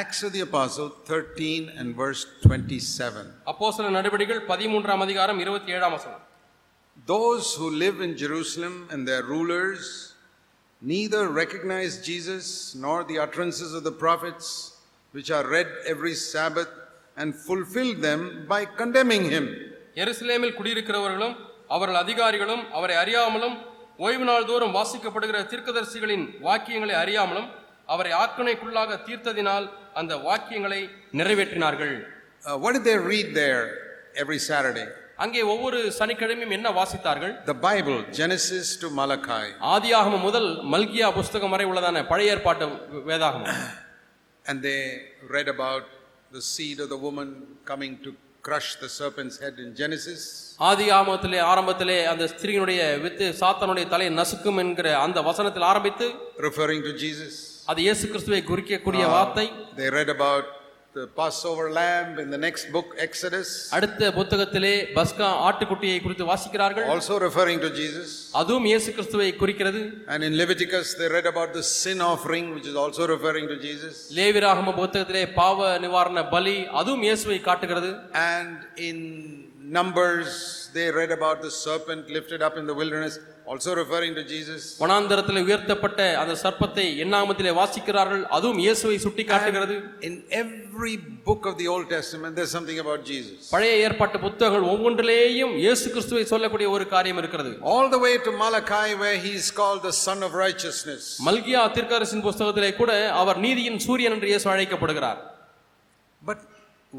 Acts of the Apostle 13 and verse 27. அப்போஸ்தலர் நடவடிக்கைகள் பதிமூன்றாம் அதிகாரம் இருபத்தி ஏழாம் வசனம் Those who live in Jerusalem and their rulers neither recognize Jesus nor the utterances of the prophets, which are read every Sabbath, and fulfill them by condemning him. எருசலேமில் குடியிருக்கிறவர்களும் அவர்கள் அதிகாரிகளும் அவரை அறியாமலும் ஓய்வு நாள் தோறும் வாசிக்கப்படுகிற தீர்க்கதரிசிகளின் வாக்கியங்களை அறியாமலும் அவரை ஆக்கணைக்குள்ளாக தீர்த்ததினால் அந்த வாக்கியங்களை நிறைவேற்றினார்கள் Uh, what did they read there every Saturday? அங்கே ஒவ்வொரு சனிக்கிழமையும் என்ன வாசித்தார்கள் The Bible, Genesis to Malachi. ஆதியாகமம் முதல் மல்கியா புஸ்தகம் வரை உள்ளதான பழைய ஏற்பாட்டு வேதாகமம் And they read about the seed of the woman coming to crush the serpent's head in Genesis. ஆதி ஆமத்திலே ஆரம்பத்திலே அந்த ஸ்திரீயினுடைய வித்து சாத்தானுடைய தலையை நசுக்கும் என்கிற அந்த வசனத்தில் ஆரம்பித்து referring to Jesus. அது இயேசு கிறிஸ்துவை குறிக்கக்கூடிய வார்த்தை They read about the Passover lamb in the next book, Exodus, அடுத்த புத்தகத்திலே பஸ்கா ஆட்டுக்குட்டியை குறித்து வாசிக்கிறார்கள் also referring to Jesus. அதுவும் இயேசு கிறிஸ்துவை குறிக்கிறது And in Leviticus, they read about the sin offering, which is also referring to Jesus. லேவிராகம புத்தகத்திலே பாவ நிவாரண பலி அதுவும் இயேசுவை காட்டுகிறது And in Numbers, they read about the serpent lifted up in the wilderness, also referring to Jesus. வனாந்தரத்தில் உயர்த்தப்பட்ட அந்த சர்ப்பத்தை எண்ணாமத்திலே வாசிக்கிறார்கள் அதுவும் இயேசுவை சுட்டி காட்டுகிறது In every book of the Old Testament, there's something about Jesus. பழைய ஏற்பாட்டு புத்தகங்கள் ஒவ்வொன்றிலேயும் இயேசு கிறிஸ்துவை சொல்லக்கூடிய ஒரு காரியம் இருக்கிறது All the way to Malachi, where he is called the Son of Righteousness. மல்கியா தீர்க்கரசின் புஸ்தகத்திலே கூட அவர் நீதியின் சூரியன் என்று இயேசு அழைக்கப்படுகிறார் But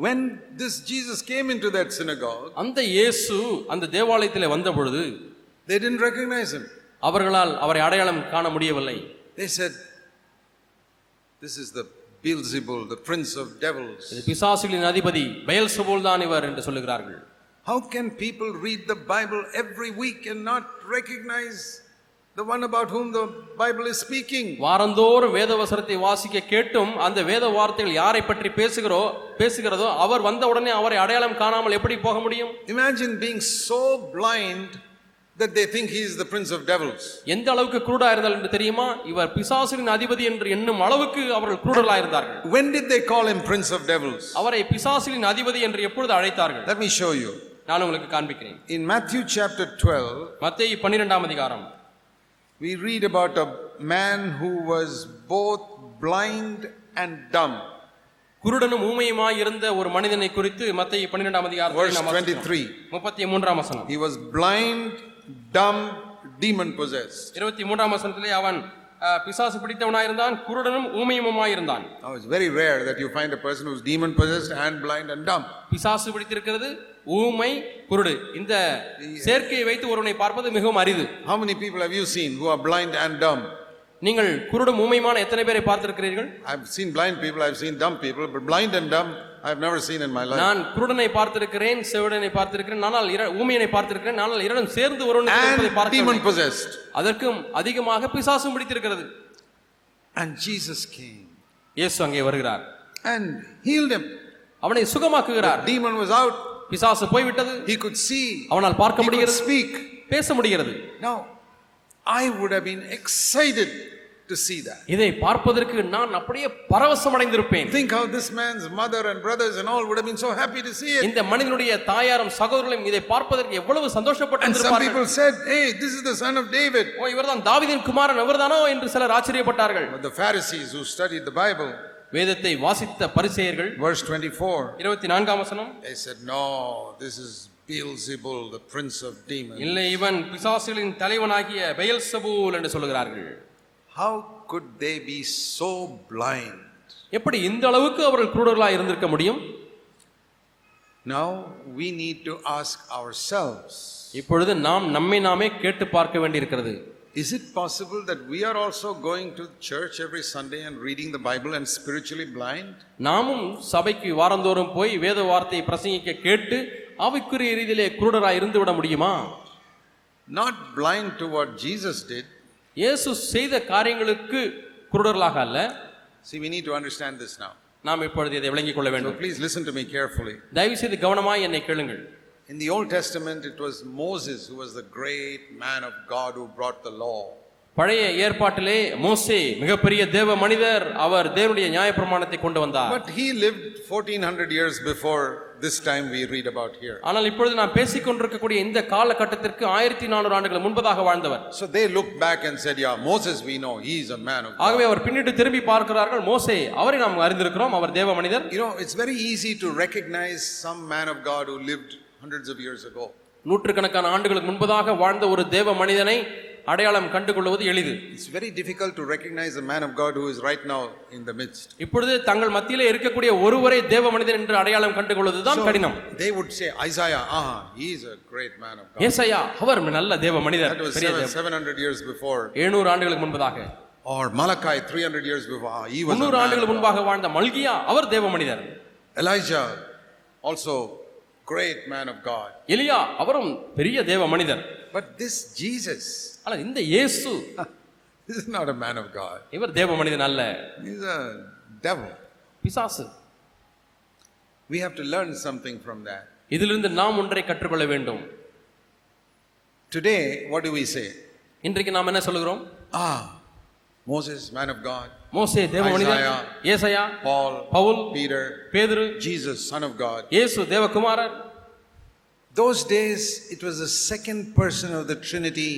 when this Jesus came into that synagogue, அந்த இயேசு அந்த தேவாலயத்திலே வந்த பொழுது they didn't recognize him. அவர்களால் அவரை அடையாளம் காண முடியவில்லை They said, This is the Beelzebul, the prince of devils. இது பிசாசுகளின் அதிபதி பெயல்செபூல் தான் இவர் என்று சொல்லுகிறார்கள் How can people read the Bible every week and not recognize the one about whom the Bible is speaking? வாரந்தோறும் வேத வசனத்தை வாசிக்க கேட்டும் அந்த வேத வார்த்தைகள் யாரை பற்றி பேசுகிறோ பேசுகிறதோ அவர் வந்த உடனே அவரை அடையாளம் காணாமல் எப்படி போக முடியும் Imagine being so blind that they think he is the prince of devils. எந்த அளவுக்கு குருடா இருந்தால் என்று தெரியுமா இவர் பிசாசுகளின் அதிபதி என்று எண்ணும் அளவுக்கு அவர்கள் குருடலா இருந்தார்கள் When did they call him prince of devils? அவரை பிசாசுகளின் அதிபதி என்று எப்பொழுது அழைத்தார்கள் Let me show you. நான் உங்களுக்கு காண்பிக்கிறேன் In Matthew chapter 12, மத்தேயு பன்னிரெண்டாம் அதிகாரம் We read about a man who was both blind and dumb. குருடனும் ஊமையுமாய் இருந்த ஒரு மனிதனை குறித்து மத்தேயு பன்னிரெண்டாம் Verse அதிகாரம் 23. முப்பத்தி மூன்றாம் வசனம் He was blind, dumb, demon possessed. இருபத்தி மூன்றாம் வசனத்திலே அவன் அஹ், பிசாசு பிடித்தவனாயிருந்தான் குருடனும் ஊமையுமாயிருந்தான் Now it's very rare that you find a person who's demon possessed and blind and dumb. பிசாசு பிடித்திருக்கிறது ஊமை குருடு இந்த சேர்க்கையை வைத்து ஒருவனை பார்ப்பது மிகவும் அரிது How many people have you seen who are blind and dumb? நீங்கள் குருடும் ஊமையுமான எத்தனை பேரை பார்த்திருக்கிறீர்கள் I've seen blind people, I've seen dumb people, but blind and dumb I've never seen in my life. நான் குருடனை பார்த்திருக்கிறேன் செவிடனை பார்த்திருக்கிறேன் ஆனால் இர- ஊமையனை பார்த்திருக்கிறேன் ஆனால் இரண்டும் சேர்ந்து ஒருவனை And demon பார்த்து possessed. அதற்கும் அதிகமாக பிசாசும் பிடித்திருக்கிறது And Jesus came இயேசு அங்கே வருகிறார் and healed him. அவனை சுகமாக்குகிறார் Demon was out, பிசாசு போய்விட்டது he could see, அவனால் பார்க்க he could முடிகிறது speak. பேச முடிகிறது Now, I would have been excited to see that. இதை பார்ப்பதற்கு நான் அப்படியே பரவசம் அடைந்திருப்பேன் Think how this man's mother and brothers and all would have been so happy to see it. இந்த மனிதனுடைய தாயாரும் சகோதரர்களும் இதை பார்ப்பதற்கு எவ்வளவு And some சந்தோஷப்பட்டிருப்பார்கள் people said, Hey, this is the son of David. ஓ இவர்தான் தாவீதின் குமாரன் இவர்தானோ என்று சிலர் ஆச்சரியப்பட்டார்கள் But the Pharisees who studied the Bible, வேதத்தை வாசித்த பரிசேயர்கள் verse 24, இருபத்தி நான்காம் வசனம் they said, No, this is Beelzebul, the prince of demons. இல்லை இவன் பிசாசுகளின் தலைவனாகிய பெயல்சபூல் என்று சொல்லுகிறார்கள் How could they be so blind? எப்படி இந்த அளவுக்கு அவர்கள் குருடர்களாக இருந்திருக்க முடியும் Now we need to ask ourselves இப்பொழுது நாம் நம்மை நாமே கேட்டு பார்க்க வேண்டியிருக்கிறது Is it possible that we are also going to church every Sunday and reading the Bible and spiritually blind? நாமும் சபைக்கு வாரந்தோறும் போய் வேத வார்த்தையை பிரசங்கிக்க கேட்டு ஆவிக்குரிய ரீதியிலே குருடராக இருந்து விட முடியுமா Not blind to what Jesus did. இயேசு செய்த காரியங்களுக்கு குருடர்களாக அல்ல See, we need to understand this now. நாம் இப்பொழுது இதை விளங்கிக் கொள்ள So வேண்டும் please listen to me carefully. தயவு செய்து கவனமாய் என்னை கேளுங்கள் In the Old Testament, it was Moses who was the great man of God who brought the law. பழைய ஏற்பாட்டிலே மோசே மிகப்பெரிய தேவ மனிதர் அவர் தேவனுடைய நியாயப்பிரமாணத்தை கொண்டு வந்தார் But he lived 1400 years before this time we read about here. ஆனால் இப்பொழுது நாம் பேசிக் கொண்டிருக்கக்கூடிய இந்த காலகட்டத்திற்கு ஆயிரத்தி நானூறு ஆண்டுகள் முன்பதாக வாழ்ந்தவர் So they looked back and said, Yeah, Moses, we know he is a man of God. ஆகவே அவர் பின்னிட்டு திரும்பி பார்க்கிறார்கள் மோசே அவரை நாம் அறிந்திருக்கிறோம் அவர் தேவ மனிதர் You know, it's very easy to recognize some man of God who lived hundreds of years ago. நூற்றுக்கணக்கான ஆண்டுகளுக்கு முன்பதாக வாழ்ந்த ஒரு தேவ மனிதனை அடையாளம் கண்டுகொள்வது எளிது It's very difficult to recognize a man of God who is right now in the midst. இப்பொழுது தங்கள் மத்தியிலே இருக்கக்கூடிய ஒருவரை தேவ மனிதன் என்று அடையாளம் கண்டுகொள்வதுதான் கடினம் They would say, Isaiah, aha, he is a great man of God. ஏசையா அவர் நல்ல தேவ மனிதர் That was பெரிய seven, தேவ 700 years before. எழுநூறு ஆண்டுகளுக்கு முன்பதாக Or Malachi, 300 years before. Ah, he was a முன்னூறு man. ஆண்டுகளுக்கு முன்பாக வாழ்ந்த மல்கியா அவர் தேவ மனிதர் Elijah, also great man of God. எலியா அவரும் பெரிய தேவ மனிதர் But this Jesus, ஆனால் இந்த இயேசு this is not a man of God. இவர் தேவ மனிதன் அல்ல He's a devil. பிசாசு We have to learn something from that. இதிலிருந்து நாம் ஒன்றை கற்றுக்கொள்ள வேண்டும் Today, what do we say? இன்றைக்கு நாம் என்ன சொல்லுகிறோம் Ah, Moses, man of God, மோசே தேவ மனிதர் ஐசாயா. ஏசையா Paul, பவுல் Peter, பேதுரு Jesus, son of God. இயேசு தேவகுமாரர் Those days, it was the second person of the Trinity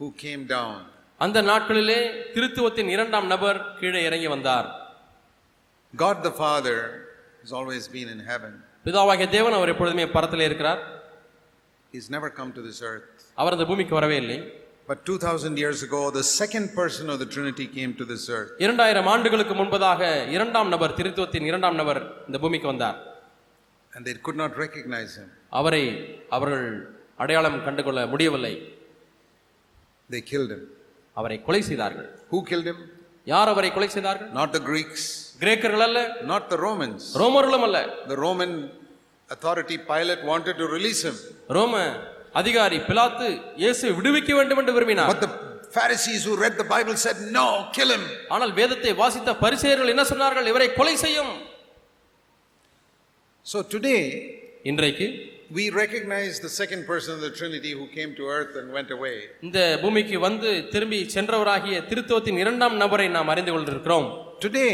who came down. அந்த நாட்களிலே திருத்துவத்தின் இரண்டாம் நபர் கீழே இறங்கி வந்தார் God the Father has always been in heaven, பிதாவாகிய தேவன் அவர் எப்பொழுதுமே பரத்திலே இருக்கிறார் He's never come to this earth. அவர் அந்த பூமிக்கு வரவே இல்லை But 2000 years ago, the second person of the Trinity came to this earth. இரண்டாயிரம் ஆண்டுகளுக்கு முன்பதாக இரண்டாம் நபர் திருத்துவத்தின் இரண்டாம் நபர் இந்த பூமிக்கு வந்தார் and they could not recognize him. அவரை அவர்கள் அடையாளம் கண்டுகொள்ள முடியவில்லை They killed him. அவரை கொலை செய்தார்கள் Who killed him? யார் அவரை கொலை செய்தார்கள் Not the Greeks, கிரேக்கர்கள் அல்ல not the Romans. ரோமர்களும் அல்ல The Roman authority, Pilate, wanted to release him. ரோம அதிகாரி பிலாத்து இயேசு விடுவிக்க வேண்டும் என்று விரும்பினார் But the Pharisees who read the Bible said, No, kill him. ஆனால் வேதத்தை வாசித்த பரிசேயர்கள் என்ன சொன்னார்கள் இவரை கொலை செய்யும் So today, இன்றைக்கு we recognize the second person of the Trinity who came to earth and went away. இந்த பூமிக்கு வந்து திரும்பி சென்றவராகிய திருத்துவத்தின் இரண்டாம் நபரை நாம் அறிந்து கொண்டிருக்கிறோம் Today,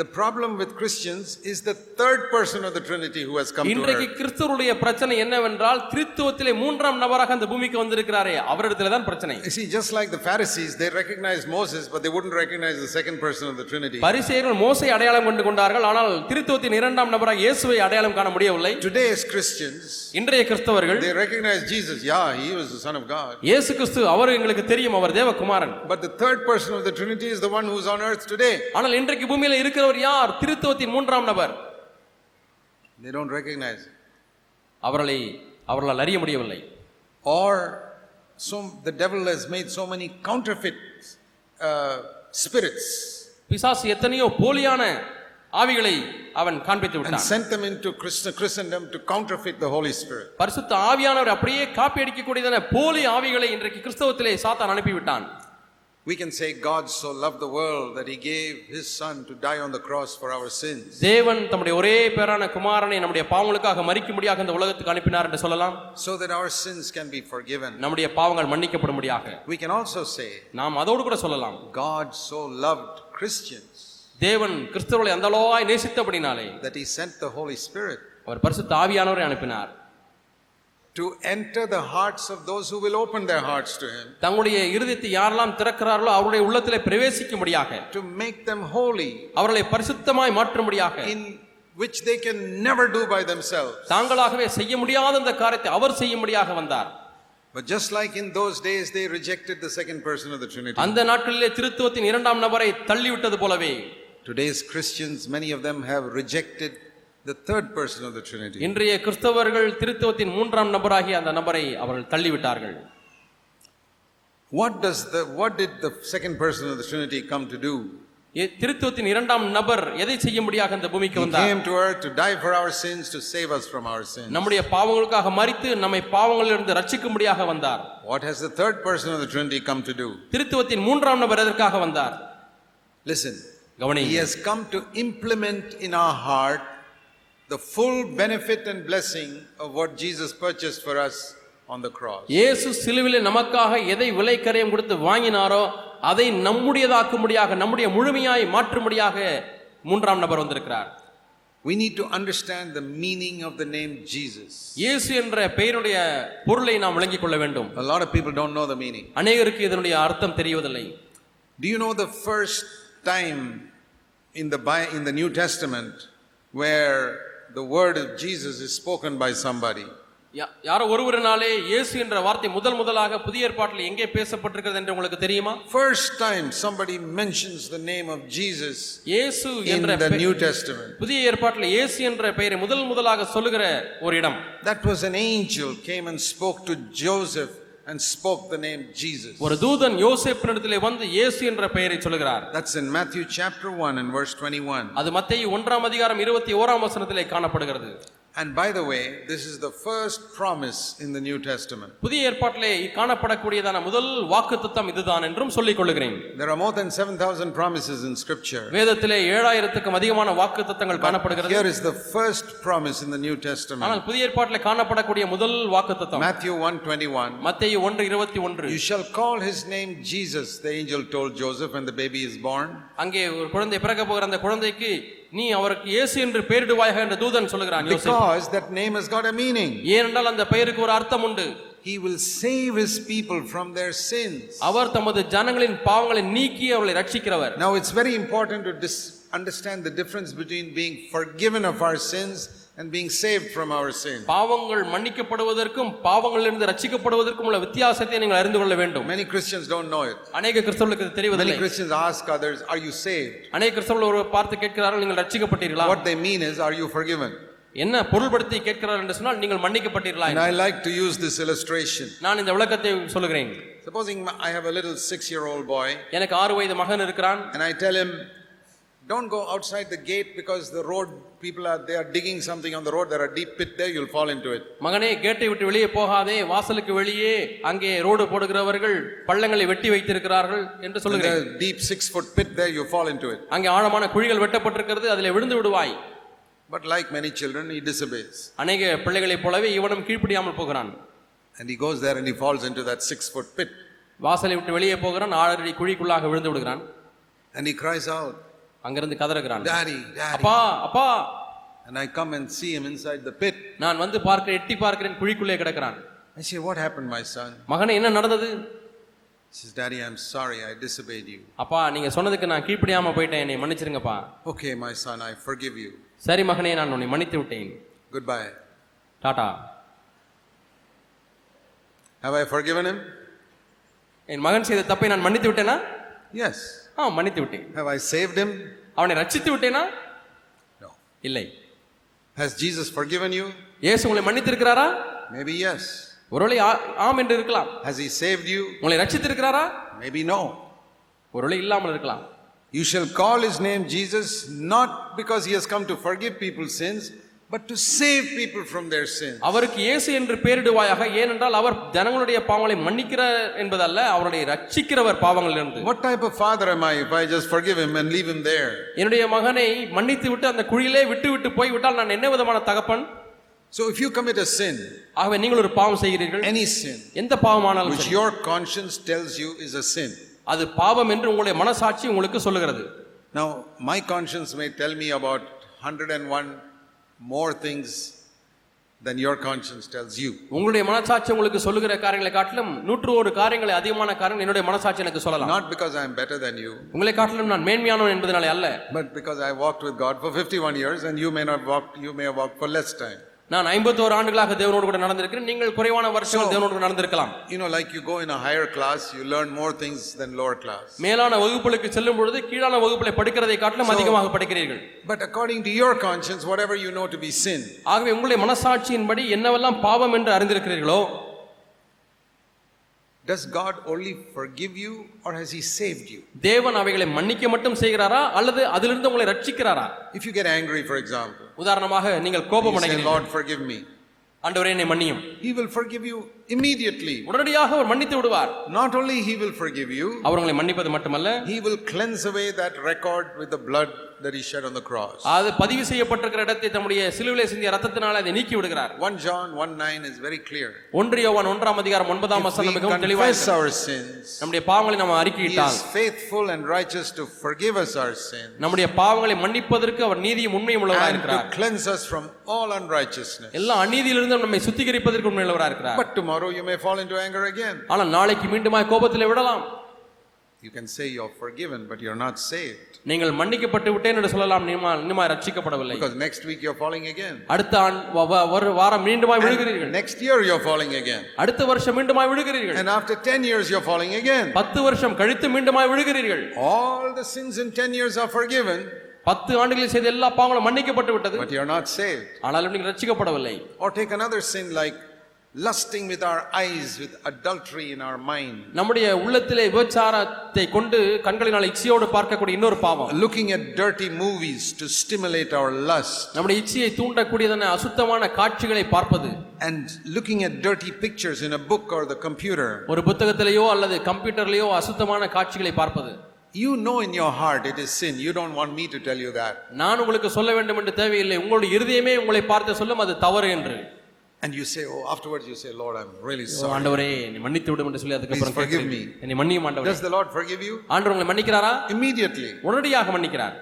the problem with Christians is the third person of the Trinity who has come to இன்றைக்கு earth. கிறிஸ்துவருடைய பிரச்சனை என்னவென்றால் திருத்துவத்திலே மூன்றாம் நபராக அந்த பூமிக்கு வந்திருக்கிறாரே அவரிடத்துல தான் பிரச்சனை You see, just like the Pharisees, they recognized Moses, but they wouldn't recognize the second person of the Trinity. பரிசேயர்கள் மோசை அடையாளம் கொண்டு கொண்டார்கள் ஆனால் திருத்துவத்தின் இரண்டாம் நபராக இயேசுவை அடையாளம் காண முடியவில்லை Today, as Christians, இன்றைய கிறிஸ்தவர்கள் they recognize Jesus. Yeah, he was the Son of God. இயேசு கிறிஸ்து அவர் எங்களுக்கு தெரியும் அவர் தேவகுமாரன் But the third person of the Trinity is the one who's on earth today. ஆனால் இன்றைக்கு பூமியில இருக்கிறவர் யார் திருத்துவத்தின் மூன்றாம் நபர் They don't recognize. him. அவர்களை அவர்களால் அறிய முடியவில்லை Or so the devil has made so many counterfeit uh, spirits பிசாசு எத்தனையோ போலியான ஆவிகளை அவன் காண்பித்து and விட்டான் sent them into Christ- Christendom to counterfeit the Holy Spirit. பரிசுத்த ஆவியானவர் அப்படியே காப்பி அடிக்கக்கூடியதான போலி ஆவிகளை இன்றைக்கு கிறிஸ்தவத்திலே சாத்தான் அனுப்பிவிட்டான் We can say God so loved the world that he gave his son to die on the cross for our sins. தேவன் தம்முடைய ஒரே பேரான குமாரனை நம்முடைய பாவங்களுக்காக மறிக்கும்படியாக இந்த உலகத்துக்கு அனுப்பினார் என்று சொல்லலாம் So that our sins can be forgiven. நம்முடைய பாவங்கள் மன்னிக்கப்படும்படியாக We can also say நாம் அதோடு கூட சொல்லலாம் God so loved Christians தேவன் கிறிஸ்தவர்களை அந்த அளவாய் நேசித்தபடினாலே that he sent the Holy Spirit அவர் பரிசுத்த ஆவியானவரை அனுப்பினார் to enter the hearts of those who will open their hearts to him, தங்களுடைய இருதயத்தை யாரெல்லாம் திறக்கிறார்களோ அவருடைய உள்ளத்திலே பிரவேசிக்கும்படியாக to make them holy, அவர்களை பரிசுத்தமாய் மாற்றும்படியாக in which they can never do by themselves. தாங்களாகவே செய்ய முடியாத அந்த காரியத்தை அவர் செய்யும்படியாக வந்தார் But just like in those days they rejected the second person of the Trinity, அந்த நாட்களிலே திருத்துவத்தின் இரண்டாம் நபரை தள்ளிவிட்டது போலவே today's Christians, many of them have rejected the third person of the Trinity. இன்றைய கிறிஸ்தவர்கள் திருத்துவத்தின் மூன்றாம் நபராகிய அந்த நபரை அவர்கள் தள்ளிவிட்டார்கள் What does the what did the second person of the Trinity come to do? இ- திருத்துவத்தின் இரண்டாம் நபர் எதை செய்யும்படியாக இந்த பூமிக்கு He வந்தார் came to earth to die for our sins, to save us from our sins. நம்முடைய பாவங்களுக்காக மறித்து நம்மை பாவங்களிலிருந்து ரட்சிக்கும்படியாக வந்தார் What has the third person of the Trinity come to do? திருத்துவத்தின் மூன்றாம் நபர் எதற்காக வந்தார் Listen, கவனி he has come to implement in our heart the full benefit and blessing of what Jesus purchased for us on the cross. இயேசு சிலுவிலே நமக்காக எதை விலை கரையும் கொடுத்து வாங்கினாரோ அதை நம்முடையதாக்கும்படியாக நம்முடைய முழுமையாய் மாற்றும்படியாக மூன்றாம் நபர் வந்திருக்கிறார் We need to understand the meaning of the name Jesus. இயேசு என்ற பெயருடைய பொருளை நாம் விளங்கிக் கொள்ள வேண்டும் A lot of people don't know the meaning. அநேகருக்கு இதனுடைய அர்த்தம் தெரியவதில்லை Do you know the first time in the, Bi- in the New Testament where the word of Jesus is spoken by somebody? யா- யாரோ ஒருவரினாலே இயேசு என்ற வார்த்தை முதல் முதலாக புதிய ஏற்பாட்டில் எங்கே பேசப்பட்டிருக்கிறது என்று உங்களுக்கு தெரியுமா First time somebody mentions the name of Jesus இயேசு in என்ற the பெ- New Testament. புதிய ஏற்பாட்டில் இயேசு என்ற பெயரை முதல் முதலாக சொல்லுகிற ஒரு இடம் That was an angel came and spoke to Joseph and spoke the name Jesus. ஒரு தூதன் யோசேப்பினிடத்திலே வந்து இயேசு என்ற பெயரை சொல்லுகிறார் That's in Matthew chapter 1 and verse 21. அது மத்தேயு ஒன்றாம் அதிகாரம் இருபத்தி ஓராம் வசனத்திலே காணப்படுகிறது And by the way, this is the first promise in the New Testament. புதிய ஏற்பாட்டிலே காணப்படக்கூடியதான முதல் வாக்குத்தத்தம் இதுதான் என்றும் சொல்லிக் கொள்கிறேன் There are more than 7,000 promises in Scripture. வேதத்திலே ஏழாயிரத்துக்கும் அதிகமான வாக்குத்தத்தங்கள் காணப்படுகிறது Here is the first promise in the New Testament. ஆனால் புதிய ஏற்பாட்டிலே காணப்படக்கூடிய முதல் வாக்குத்தத்தம் Matthew 1 21. மத்தேயு ஒன்று இருபத்தி ஒன்று You shall call his name Jesus, the angel told Joseph when the baby is born. அங்கே ஒரு குழந்தை பிறக்க போகிற அந்த குழந்தைக்கு நீ அவருக்கு இயேசு என்று பெயரிடுவாயாக என்று தூதன் சொல்கிறான் யோசேப்பு. Because that name has got a meaning. ஏனென்றால் அந்த பெயருக்கு ஒரு அர்த்தம் உண்டு He will save his people from their sins. அவர் தமது ஜனங்களின் பாவங்களை நீக்கி அவர்களை ரட்சிக்கிறவர் Now, it's very important to dis- understand the difference between being forgiven of our sins and being saved from our sins. பாவங்கள் மன்னிக்கப்படுவதற்கும் பாவங்களிலிருந்து ரட்சிக்கப்படுவதற்கும் உள்ள வித்தியாசத்தை நீங்கள் அறிந்து கொள்ள வேண்டும் Many Christians don't know it. அநேக கிறிஸ்தவர்களுக்கு இது Many தெரிவதில்லை Christians ask others, Are you saved? அநேக கிறிஸ்தவர்கள் ஒருவர் பார்த்து கேட்கிறார்கள் நீங்கள் ரட்சிக்கப்பட்டீர்களா What they mean is, Are you forgiven? என்ன பொருள்படுத்தி கேட்கிறார்கள் என்று சொன்னால் நீங்கள் மன்னிக்கப்பட்டீர்களா And I like to use this illustration. நான் இந்த விளக்கத்தை சொல்கிறேன் Supposing my- I have a little six year old boy எனக்கு ஆறு வயது மகன் இருக்கிறான் and I tell him, Don't go outside the gate because the road people are they are digging something on the road, there are deep pit there, you'll fall into it. மகனே கேட்டை விட்டு வெளியே போகாதே வாசலுக்கு வெளியே அங்கே ரோடு போடுகிறவர்கள் பள்ளங்களை வெட்டி வைத்திருக்கிறார்கள் என்று And சொல்லுகிறேன் there's a deep six foot pit there, you fall into it. அங்கே ஆழமான குழிகள் வெட்டப்பட்டிருக்கிறது அதில் விழுந்து விடுவாய் But like many children, he disobeys. அநேக பிள்ளைகளைப் போலவே இவனும் கீழ்ப்படியாமல் போகிறான் And he goes there and he falls into that six foot pit. வாசலை விட்டு வெளியே போகிறான் ஆறடி குழிக்குள்ளாக விழுந்து விடுகிறான் And he cries out, அங்கிருந்து கதறுகிறான் Daddy, Daddy. அப்பா அப்பா And I come and see him inside the pit. நான் வந்து பார்க்க எட்டி பார்க்கிறேன் குழிக்குள்ளே கிடக்கிறான் I say, What happened, my son? மகனே என்ன நடந்தது He says, Daddy, I'm sorry, I disobeyed you. அப்பா நீங்க சொன்னதுக்கு நான் கீழ்ப்படியாம போயிட்டேன் என்னை மன்னிச்சிருங்கப்பா Okay, my son, I forgive you. சரி மகனே நான் உன்னை மன்னித்து விட்டேன் Goodbye. Tata Have I forgiven him? என் மகன் செய்த தப்பை நான் மன்னித்து விட்டேனா Yes. ஆ மன்னித்து விட்டேன் Have I saved him? அவனை ரட்சித்து விட்டேனா No. இல்லை Has Jesus forgiven you? இயேசு உங்களை மன்னித்திருக்கிறாரா Maybe yes. ஒருவேளை ஆ- ஆம் என்று இருக்கலாம் Has he saved you? உங்களை ரட்சித்திருக்கிறாரா Maybe no. ஒருவேளை இல்லாமல் இருக்கலாம் You shall call his name Jesus not because he has come to forgive people's sins, but to save people from their sins. அவருக்கு இயேசு என்று பெயரிடுவாயாக ஏனென்றால் அவர் ஜனங்களுடைய பாவங்களை மன்னிக்கிறார் என்பதல்ல அவருடைய ரட்சிக்கிறவர் பாவங்களிலிருந்து What type of father am I if I just forgive him and leave him there? என்னுடைய மகனை மன்னித்து விட்டு அந்த குழியிலே விட்டு விட்டு போய்விட்டால் நான் என்ன விதமான தகப்பன் So if you commit a sin, ஆகவே நீங்கள் ஒரு பாவம் செய்கிறீர்கள் any sin, எந்த பாவமானாலும் which சரி, your conscience tells you is a sin. அது பாவம் என்று உங்களுடைய மனசாட்சி உங்களுக்கு சொல்லுகிறது Now, my conscience may tell me about 101 more things than your conscience tells you. உங்களுடைய மனசாட்சி உங்களுக்கு சொல்லுகிற காரியங்களை காட்டிலும் நூற்று ஒரு காரியங்களை அதிகமான காரணம் என்னுடைய மனசாட்சி எனக்கு சொல்லலாம் Not because I am better than you, உங்களை காட்டிலும் நான் மேன்மையானவன் என்பதனாலே அல்ல but because I walked with God for 51 years and you may not walk, you may have walked for less time. நான் ஐம்பத்தோரு ஆண்டுகளாக தேவனோடு கூட நடந்திருக்கிறேன் நீங்கள் குறைவான வருஷங்கள் தேவனோடு கூட நடந்திருக்கலாம் You know, like you go in a higher class, you learn more things than lower class. மேலான வகுப்புகளுக்கு செல்லும் பொழுது கீழான வகுப்புகளை படிக்கிறதை காட்டிலும் அதிகமாக படிக்கிறீர்கள் But according to your conscience, whatever you know to be sin, ஆகவே உங்களுடைய மனசாட்சியின்படி என்னவெல்லாம் பாவம் என்று அறிந்திருக்கிறீர்களோ does God only forgive you or has He saved you? தேவன் அவைகளை மன்னிக்க மட்டும் செய்கிறாரா அல்லது அதிலிருந்து உங்களை ரட்சிக்கிறாரா If you get angry, for example, உதாரணமாக நீங்கள் you கோபம் say, அடைகிறீர்கள் Lord, forgive me. ஆண்டவரே என்னை மன்னியும் He will forgive you Immediately, உடனடியாக அவர் மன்னித்து விடுவார் not only He will forgive you, அவர் உங்களை மன்னிப்பது மட்டுமல்ல He will cleanse away that record with the blood that He shed on the cross. அது பதிவு செய்யப்பட்டிருக்கிற இடத்தை தம்முடைய சிலுவிலே சிந்திய ரத்தத்தினால் அதை நீக்கி விடுகிறார் 1 John 1 9 is very clear. ஒன்று யோவான் ஒன்றாம் அதிகாரம் ஒன்பதாம் If we வசனம் மிகவும் தெளிவாக confess இருக்கிறது. our sins, நம்முடைய பாவங்களை நாம் He அறிக்கையிட்டால் is faithful and righteous to forgive us our sins நம்முடைய பாவங்களை மன்னிப்பதற்கு அவர் நீதியும் உண்மையும் உள்ளவராக and to இருக்கிறார் cleanse us from all unrighteousness. எல்லா அநீதியிலிருந்தும் நம்மை சுத்திகரிப்பதற்கு உண்மையுள்ளவராக இருக்கிறார் But tomorrow you may fall into anger again. ஆனால் நாளைக்கு மீண்டுமாய் கோபத்திலே விடலாம் You can say you're forgiven, but you're not saved நீங்கள் மன்னிக்கப்பட்டு விட்டேன் என்று சொல்லலாம் Neema இன்னுமாய் ரட்சிக்கப்படவில்லை because next week you're falling again. அடுத்த ஆண் வ- வ- ஒரு வாரம் மீண்டுமாய் And விழுகிறீர்கள் next year you're falling again. அடுத்த வருஷம் மீண்டுமாய் விழுகிறீர்கள் And after 10 years you're falling again. பத்து வருஷம் கழித்து மீண்டுமாய் விழுகிறீர்கள் All the sins in 10 years are forgiven, பத்து ஆண்டுகளில் செய்த எல்லா பாவங்களும் மன்னிக்கப்பட்டு விட்டது but you're not saved. ஆனாலும் நீங்கள் ரட்சிக்கப்படவில்லை Or take another sin like lusting with our eyes, with adultery in our mind, நம்முடைய உள்ளத்திலே விபச்சாரத்தை கொண்டு கண்களினால் இச்சையோடு பார்க்கக்கூடிய இன்னொரு பாவம் looking at dirty movies to stimulate our lust, நம்முடைய இச்சையை தூண்டக்கூடியதான அசுத்தமான காட்சிகளை பார்ப்பது and looking at dirty pictures in a book or the computer. ஒரு புத்தகத்திலேயோ அல்லது கம்ப்யூட்டர்லேயோ அசுத்தமான காட்சிகளை பார்ப்பது You know in your heart it is sin. You don't want me to tell you that. நான் உங்களுக்கு சொல்ல வேண்டும் என்று தேவையில்லை உங்களுடைய இருதயமே உங்களை பார்த்து சொல்லும் அது தவறு என்று And you say, oh, afterwards you say, Lord, I'm really sorry. ஆண்டவரே நீ மன்னித்து விடும் என்று சொல்லி அதுக்கப்புறம் Please forgive கேட்கிறேன். என்னை மன்னியும் ஆண்டவரே Does the Lord forgive you? ஆண்டவர் உங்களை மன்னிக்கிறாரா Immediately. உடனடியாக மன்னிக்கிறார்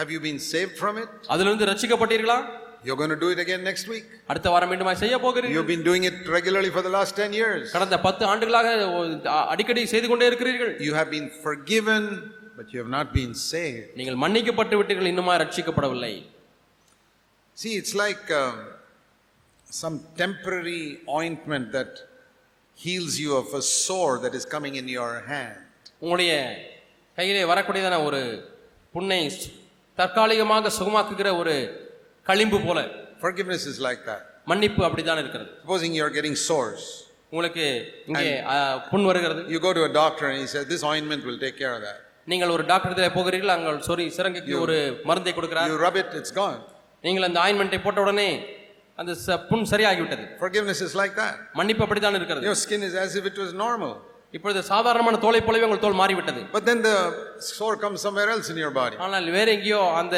Have you been saved from it? அதிலிருந்து ரட்சிக்கப்பட்டீர்களா You're going to do it again next week. அடுத்த வாரம் மீண்டும் செய்ய போகிறீர்கள் You've been doing it regularly for the last 10 years. கடந்த பத்து ஆண்டுகளாக ஒ- அ- அடிக்கடி செய்து கொண்டே இருக்கிறீர்கள் You have been forgiven, but you have not been saved. நீங்கள் மன்னிக்கப்பட்டு விட்டீர்கள் இன்னுமா ரட்சிக்கப்படவில்லை See, it's like um, some temporary ointment that heals you of a sore that is coming in your hand. உங்களுடைய கையிலே வரக்கூடியதான ஒரு புண்ணை சு- தற்காலிகமாக சுகமாக்குகிற ஒரு களிம்பு போல Forgiveness is like that. மன்னிப்பு அப்படித்தான் இருக்கிறது Supposing you're getting sores, உங்களுக்கு இங்கே ஆ, புண் வருகிறது you go to a doctor and he says, This ointment will take care of that. நீங்கள் ஒரு டாக்டர் போகிறீர்கள் அங்க சொறி சிறங்குக்கு ஒரு மருந்தை கொடுக்கிறார் You rub it, it's gone. நீங்கள் அந்த ஆயின்மெண்ட்டை போட்ட உடனே அந்த ச- புண் சரியாகிவிட்டது Forgiveness is like that. மன்னிப்பு அப்படித்தான் இருக்கிறது Your skin is as if it was normal. இப்பொழுது சாதாரணமான தோலை போலவே உங்கள் தோல் மாறிவிட்டது But then the sore comes somewhere else in your body. ஆனால் வேற எங்கேயோ அந்த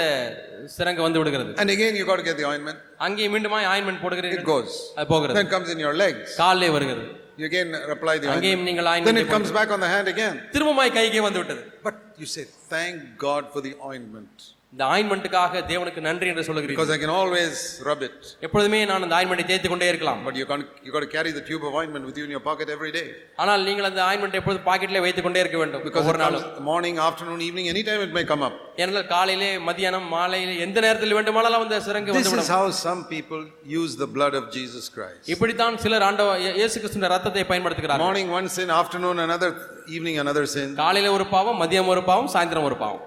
சிறங்கு வந்து விடுகிறது And again, you got to get the ointment. அங்கே மீண்டுமாய் ஆயின்மெண்ட் It போடுகிறீர்கள் goes. அது போகிறது Then comes in your legs. காலே வருகிறது You again apply the அங்கேயும் ointment. நீங்கள் Then it ointment comes back on the hand again. திரும்பமாய் கைக்கே வந்து விட்டது But you say, thank God for the ointment இந்த ஆயின்மெண்ட்டுக்காக தேவனுக்கு நன்றி என்று சொல்லுகிறீர்கள் because I can always rub it. எப்பொழுதுமே நான் அந்த ஆயின்மெண்ட்டை தேய்த்து கொண்டே இருக்கலாம் But you can't, you got to carry the tube of ointment with you in your pocket every day ஆனால் நீங்கள் அந்த ஆயின்மெண்ட் எப்பொழுது பாக்கெட்ல வைத்துக் கொண்டே இருக்க வேண்டும் because ஒவ்வொரு it நாளும் comes morning, afternoon, evening, anytime it may come up. ஏனென்றால் காலையிலே மதியானம் மாலையிலே எந்த நேரத்தில் வேண்டுமானாலும் அந்த சிறங்கு This is வந்துவிடும் how some people use the blood of Jesus Christ. இப்படித்தான் சிலர் ஆண்டவ இயே- இயேசு கிறிஸ்துவின் ரத்தத்தை பயன்படுத்துகிறார்கள் Morning one sin, afternoon another, evening another sin, காலையில ஒரு பாவம் மதியம் ஒரு பாவம் சாயந்தரம் ஒரு பாவம்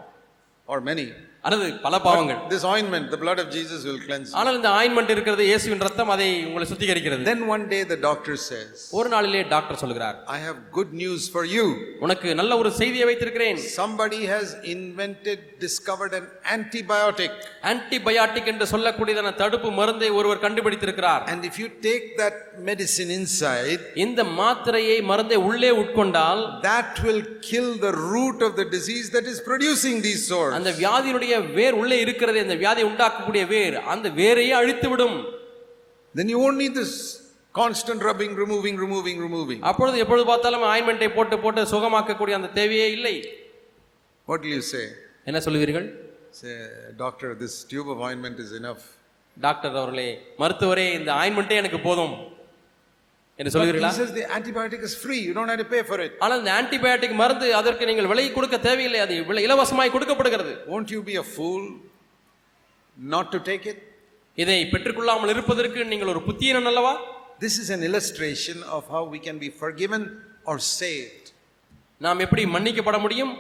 or many. அல்லது பல பாவங்கள் This ointment, the blood of Jesus will cleanse. you. ஆனால் இந்த ஆயின்மெண்ட் இருக்கிறது இயேசுவின் ரத்தம் அதை உங்களை சுத்திகரிக்கிறது Then one day the doctor says, ஒரு நாளிலே டாக்டர் சொல்கிறார் I have good news for you. உனக்கு நல்ல ஒரு செய்தியை வைத்திருக்கிறேன் Somebody has invented, discovered an antibiotic. Antibiotic என்று சொல்லக்கூடியதான தடுப்பு மருந்தை ஒருவர் கண்டுபிடித்திருக்கிறார் And if you take that medicine inside, இந்த மாத்திரையை மருந்தை உள்ளே உட்கொண்டால் that will kill the root of the disease that is producing these sores. அந்த வியாதியினுடைய வேர் உள்ளே இருக்கிறது அந்த வியாதியை உண்டாக்கக்கூடிய வேர் அந்த வேரையே அழித்து விடும் Then you won't need this constant rubbing, removing, removing, removing. அப்பொழுது எப்பொழுது பார்த்தாலும் ஆயின்மெண்ட்டை போட்டு போட்டு சுகமாக்கக்கூடிய அந்த தேவையே இல்லை What do you say? என்ன சொல்லுவீர்கள் Say, doctor, this tube of ointment is enough. Doctor அவர்களே மருத்துவரே இந்த ஆயின்மெண்ட்டே எனக்கு போதும் But என்று he சொல்லுவீர்களா says the antibiotic is free. You don't have to pay for it. ஆனால் இந்த ஆன்டிபயாட்டிக் மருந்து அதற்கு நீங்கள் விலை கொடுக்க தேவையில்லை அது விலை இலவசமாய் கொடுக்கப்படுகிறது Won't you be a fool not to take it? இதை பெற்றுக்கொள்ளாமல் இருப்பதற்கு நீங்கள் ஒரு புத்தியனன் அல்லவா This is an illustration of how we can be forgiven or saved. நாம் எப்படி மன்னிக்கப்பட முடியும்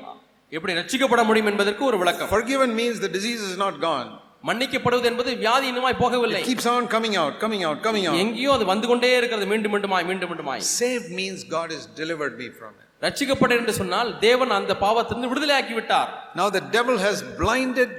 எப்படி ரட்சிக்கப்பட முடியும் என்பதற்கு ஒரு விளக்கம் Forgiven means the disease is not gone. மன்னிக்கப்படுவது என்பது வியாதி இன்னுமாய் போகவில்லை Keeps on coming out, coming out, coming out. எங்கேயோ அது வந்து கொண்டே இருக்கிறது மீண்டும் மீண்டுமாய் மீண்டும் மீண்டுமாய் Saved means God has delivered me from it. ரட்சிக்கப்பட்ட என்று சொன்னால் தேவன் அந்த பாவத்திலிருந்து விடுதலையாக்கி விட்டார் Now the devil has blinded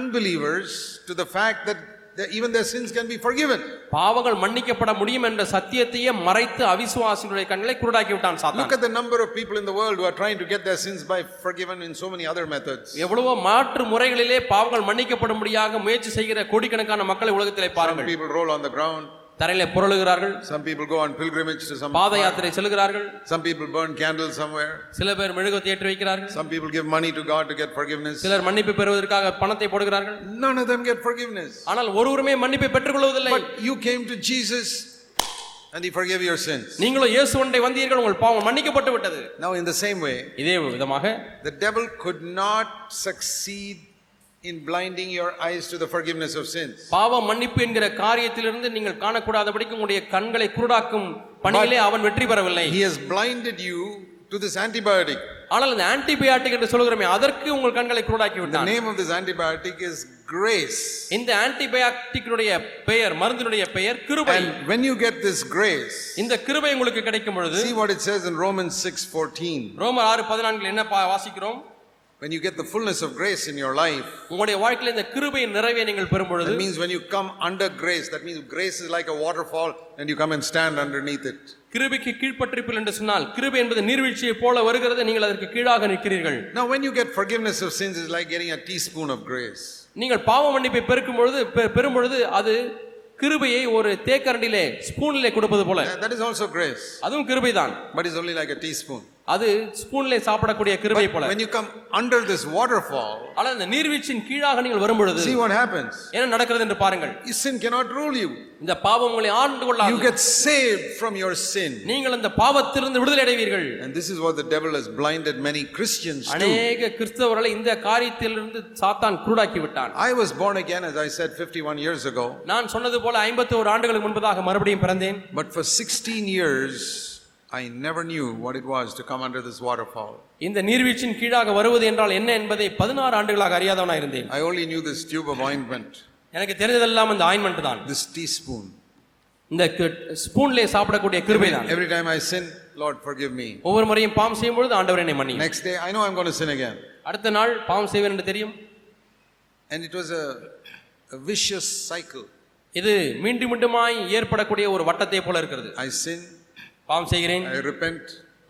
unbelievers to the fact that that even their sins can be forgiven. பாவங்கள் மன்னிக்கப்பட முடியும் என்ற சத்தியத்தையே மறைத்து அவிசுவாசிகளுடைய கண்களை குருடாக்கி விட்டான் சாத்தான் Look at the number of people in the world who are trying to get their sins by forgiven in so many other methods. எவ்வளவோ மாற்று முறைகளிலே பாவங்கள் மன்னிக்கப்படும்படியாக முயற்சி செய்கிற கோடிக்கணக்கான மக்களை உலகத்திலே Some பாருங்கள் people roll on the ground, தரையிலே புரளுகிறார்கள் some people go on pilgrimage to some பாத யாத்திரை செல்கிறார்கள் some people burn candles somewhere, சில பேர் மெழுகுவத்தை ஏற்றி வைக்கிறார்கள் some people give money to God to get forgiveness. சிலர் மன்னிப்பு பெறுவதற்காக பணத்தை போடுகிறார்கள் None of them get forgiveness. ஆனால் ஒருவருமே மன்னிப்பை பெற்றுக் கொள்வதில்லை But you came to Jesus and he forgave your sins. நீங்களும் இயேசு ஒன்றை வந்தீர்கள் உங்கள் பாவம் மன்னிக்கப்பட்டு விட்டது Now, in the same way, இதே விதமாக the devil could not succeed in blinding your eyes to the forgiveness of sins. பாவ மன்னிப்பு என்கிற காரியத்திலிருந்து நீங்கள் காணக்கூடாதபடிக்கு உங்களுடைய கண்களை குருடாக்கும் பணியிலே அவன் வெற்றி பெறவில்லை He has blinded you to this antibiotic. ஆனால் அந்த ஆன்டிபயாட்டிக் என்று சொல்கிறோமே அதற்கு உங்கள் கண்களை குருடாக்கி The விட்டான் name of this antibiotic is grace. இந்த ஆன்டிபயாட்டிக்கினுடைய பெயர் மருந்தினுடைய பெயர் கிருபை And when you get this grace, இந்த கிருபை உங்களுக்கு கிடைக்கும் பொழுது see what it says in Romans 6:14. ரோமர் ஆறு பதினான்கில் என்ன பா- வாசிக்கிறோம் When you get the fullness of grace in your life, உங்களுடைய வாழ்க்கையில இந்த கிருபையின் நிறைவை நீங்கள் பெறும் பொழுது that means when you come under grace, that means grace is like a waterfall and you come and stand underneath it. கிருபைக்கு கீழ்ப்பற்றிப்பில் என்று சொன்னால் கிருபை என்பது நீர்வீழ்ச்சியை போல வருகிறது நீங்கள் அதற்கு கீழாக நிற்கிறீர்கள் Now when you get forgiveness of sins is like getting a teaspoon of grace. நீங்கள் பாவ மன்னிப்பை பெருக்கும் பொழுது பெ- பெறும் பொழுது அது கிருபையை ஒரு தேக்கரண்டிலே ஸ்பூனிலே கொடுப்பது போல That that is also grace, அதுவும் கிருபைதான் but it's only like a teaspoon. அது ஸ்பூனிலே சாப்பிடக்கூடிய கிருபை போல When you come under this waterfall, ஆனால் இந்த நீர்வீழ்ச்சியின் கீழாக நீங்கள் வரும் பொழுது see what happens. என்ன நடக்கிறது என்று பாருங்கள் Your sin cannot rule you. இந்த பாவம் உங்களை ஆண்டு You கொள்ளாது get saved from your sin. நீங்கள் அந்த பாவத்திலிருந்து விடுதலை அடைவீர்கள் And this is what the devil has blinded many Christians to. அநேக கிறிஸ்தவர்களை இந்த காரியத்திலிருந்து சாத்தான் குருடாக்கி விட்டான் I was born again, as I said, 51 years ago. நான் சொன்னது போல 51 ஆண்டுகளுக்கு முன்பதாக மறுபடியும் பிறந்தேன் But for 16 years, I never knew what it was to come under this waterfall. இந்த நீர்வீழ்ச்சியின் கீழாக வருவது என்றால் என்ன என்பதை பதினாறு ஆண்டுகளாக அறியாதவனா இருந்தேன் I only knew this tube of ointment, எனக்கு தெரிந்ததெல்லாம் இந்த ஆயின்மெண்ட் தான் this teaspoon. இந்த ஸ்பூன்லே சாப்பிடக்கூடிய கிருபை தான் Every time I sin, Lord, forgive me. ஒவ்வொரு முறையும் பாவம் செய்யும் பொழுது ஆண்டவர் என்னை மன்னி Next day, I know I'm going to sin again. அடுத்த நாள் பாவம் செய்வேன் என்று தெரியும் And it was a, a vicious cycle. இது மீண்டும் மீண்டுமாய் ஏற்படக்கூடிய ஒரு வட்டத்தை போல இருக்கிறது I sin, பாவம் செய்கிறேன் I repent,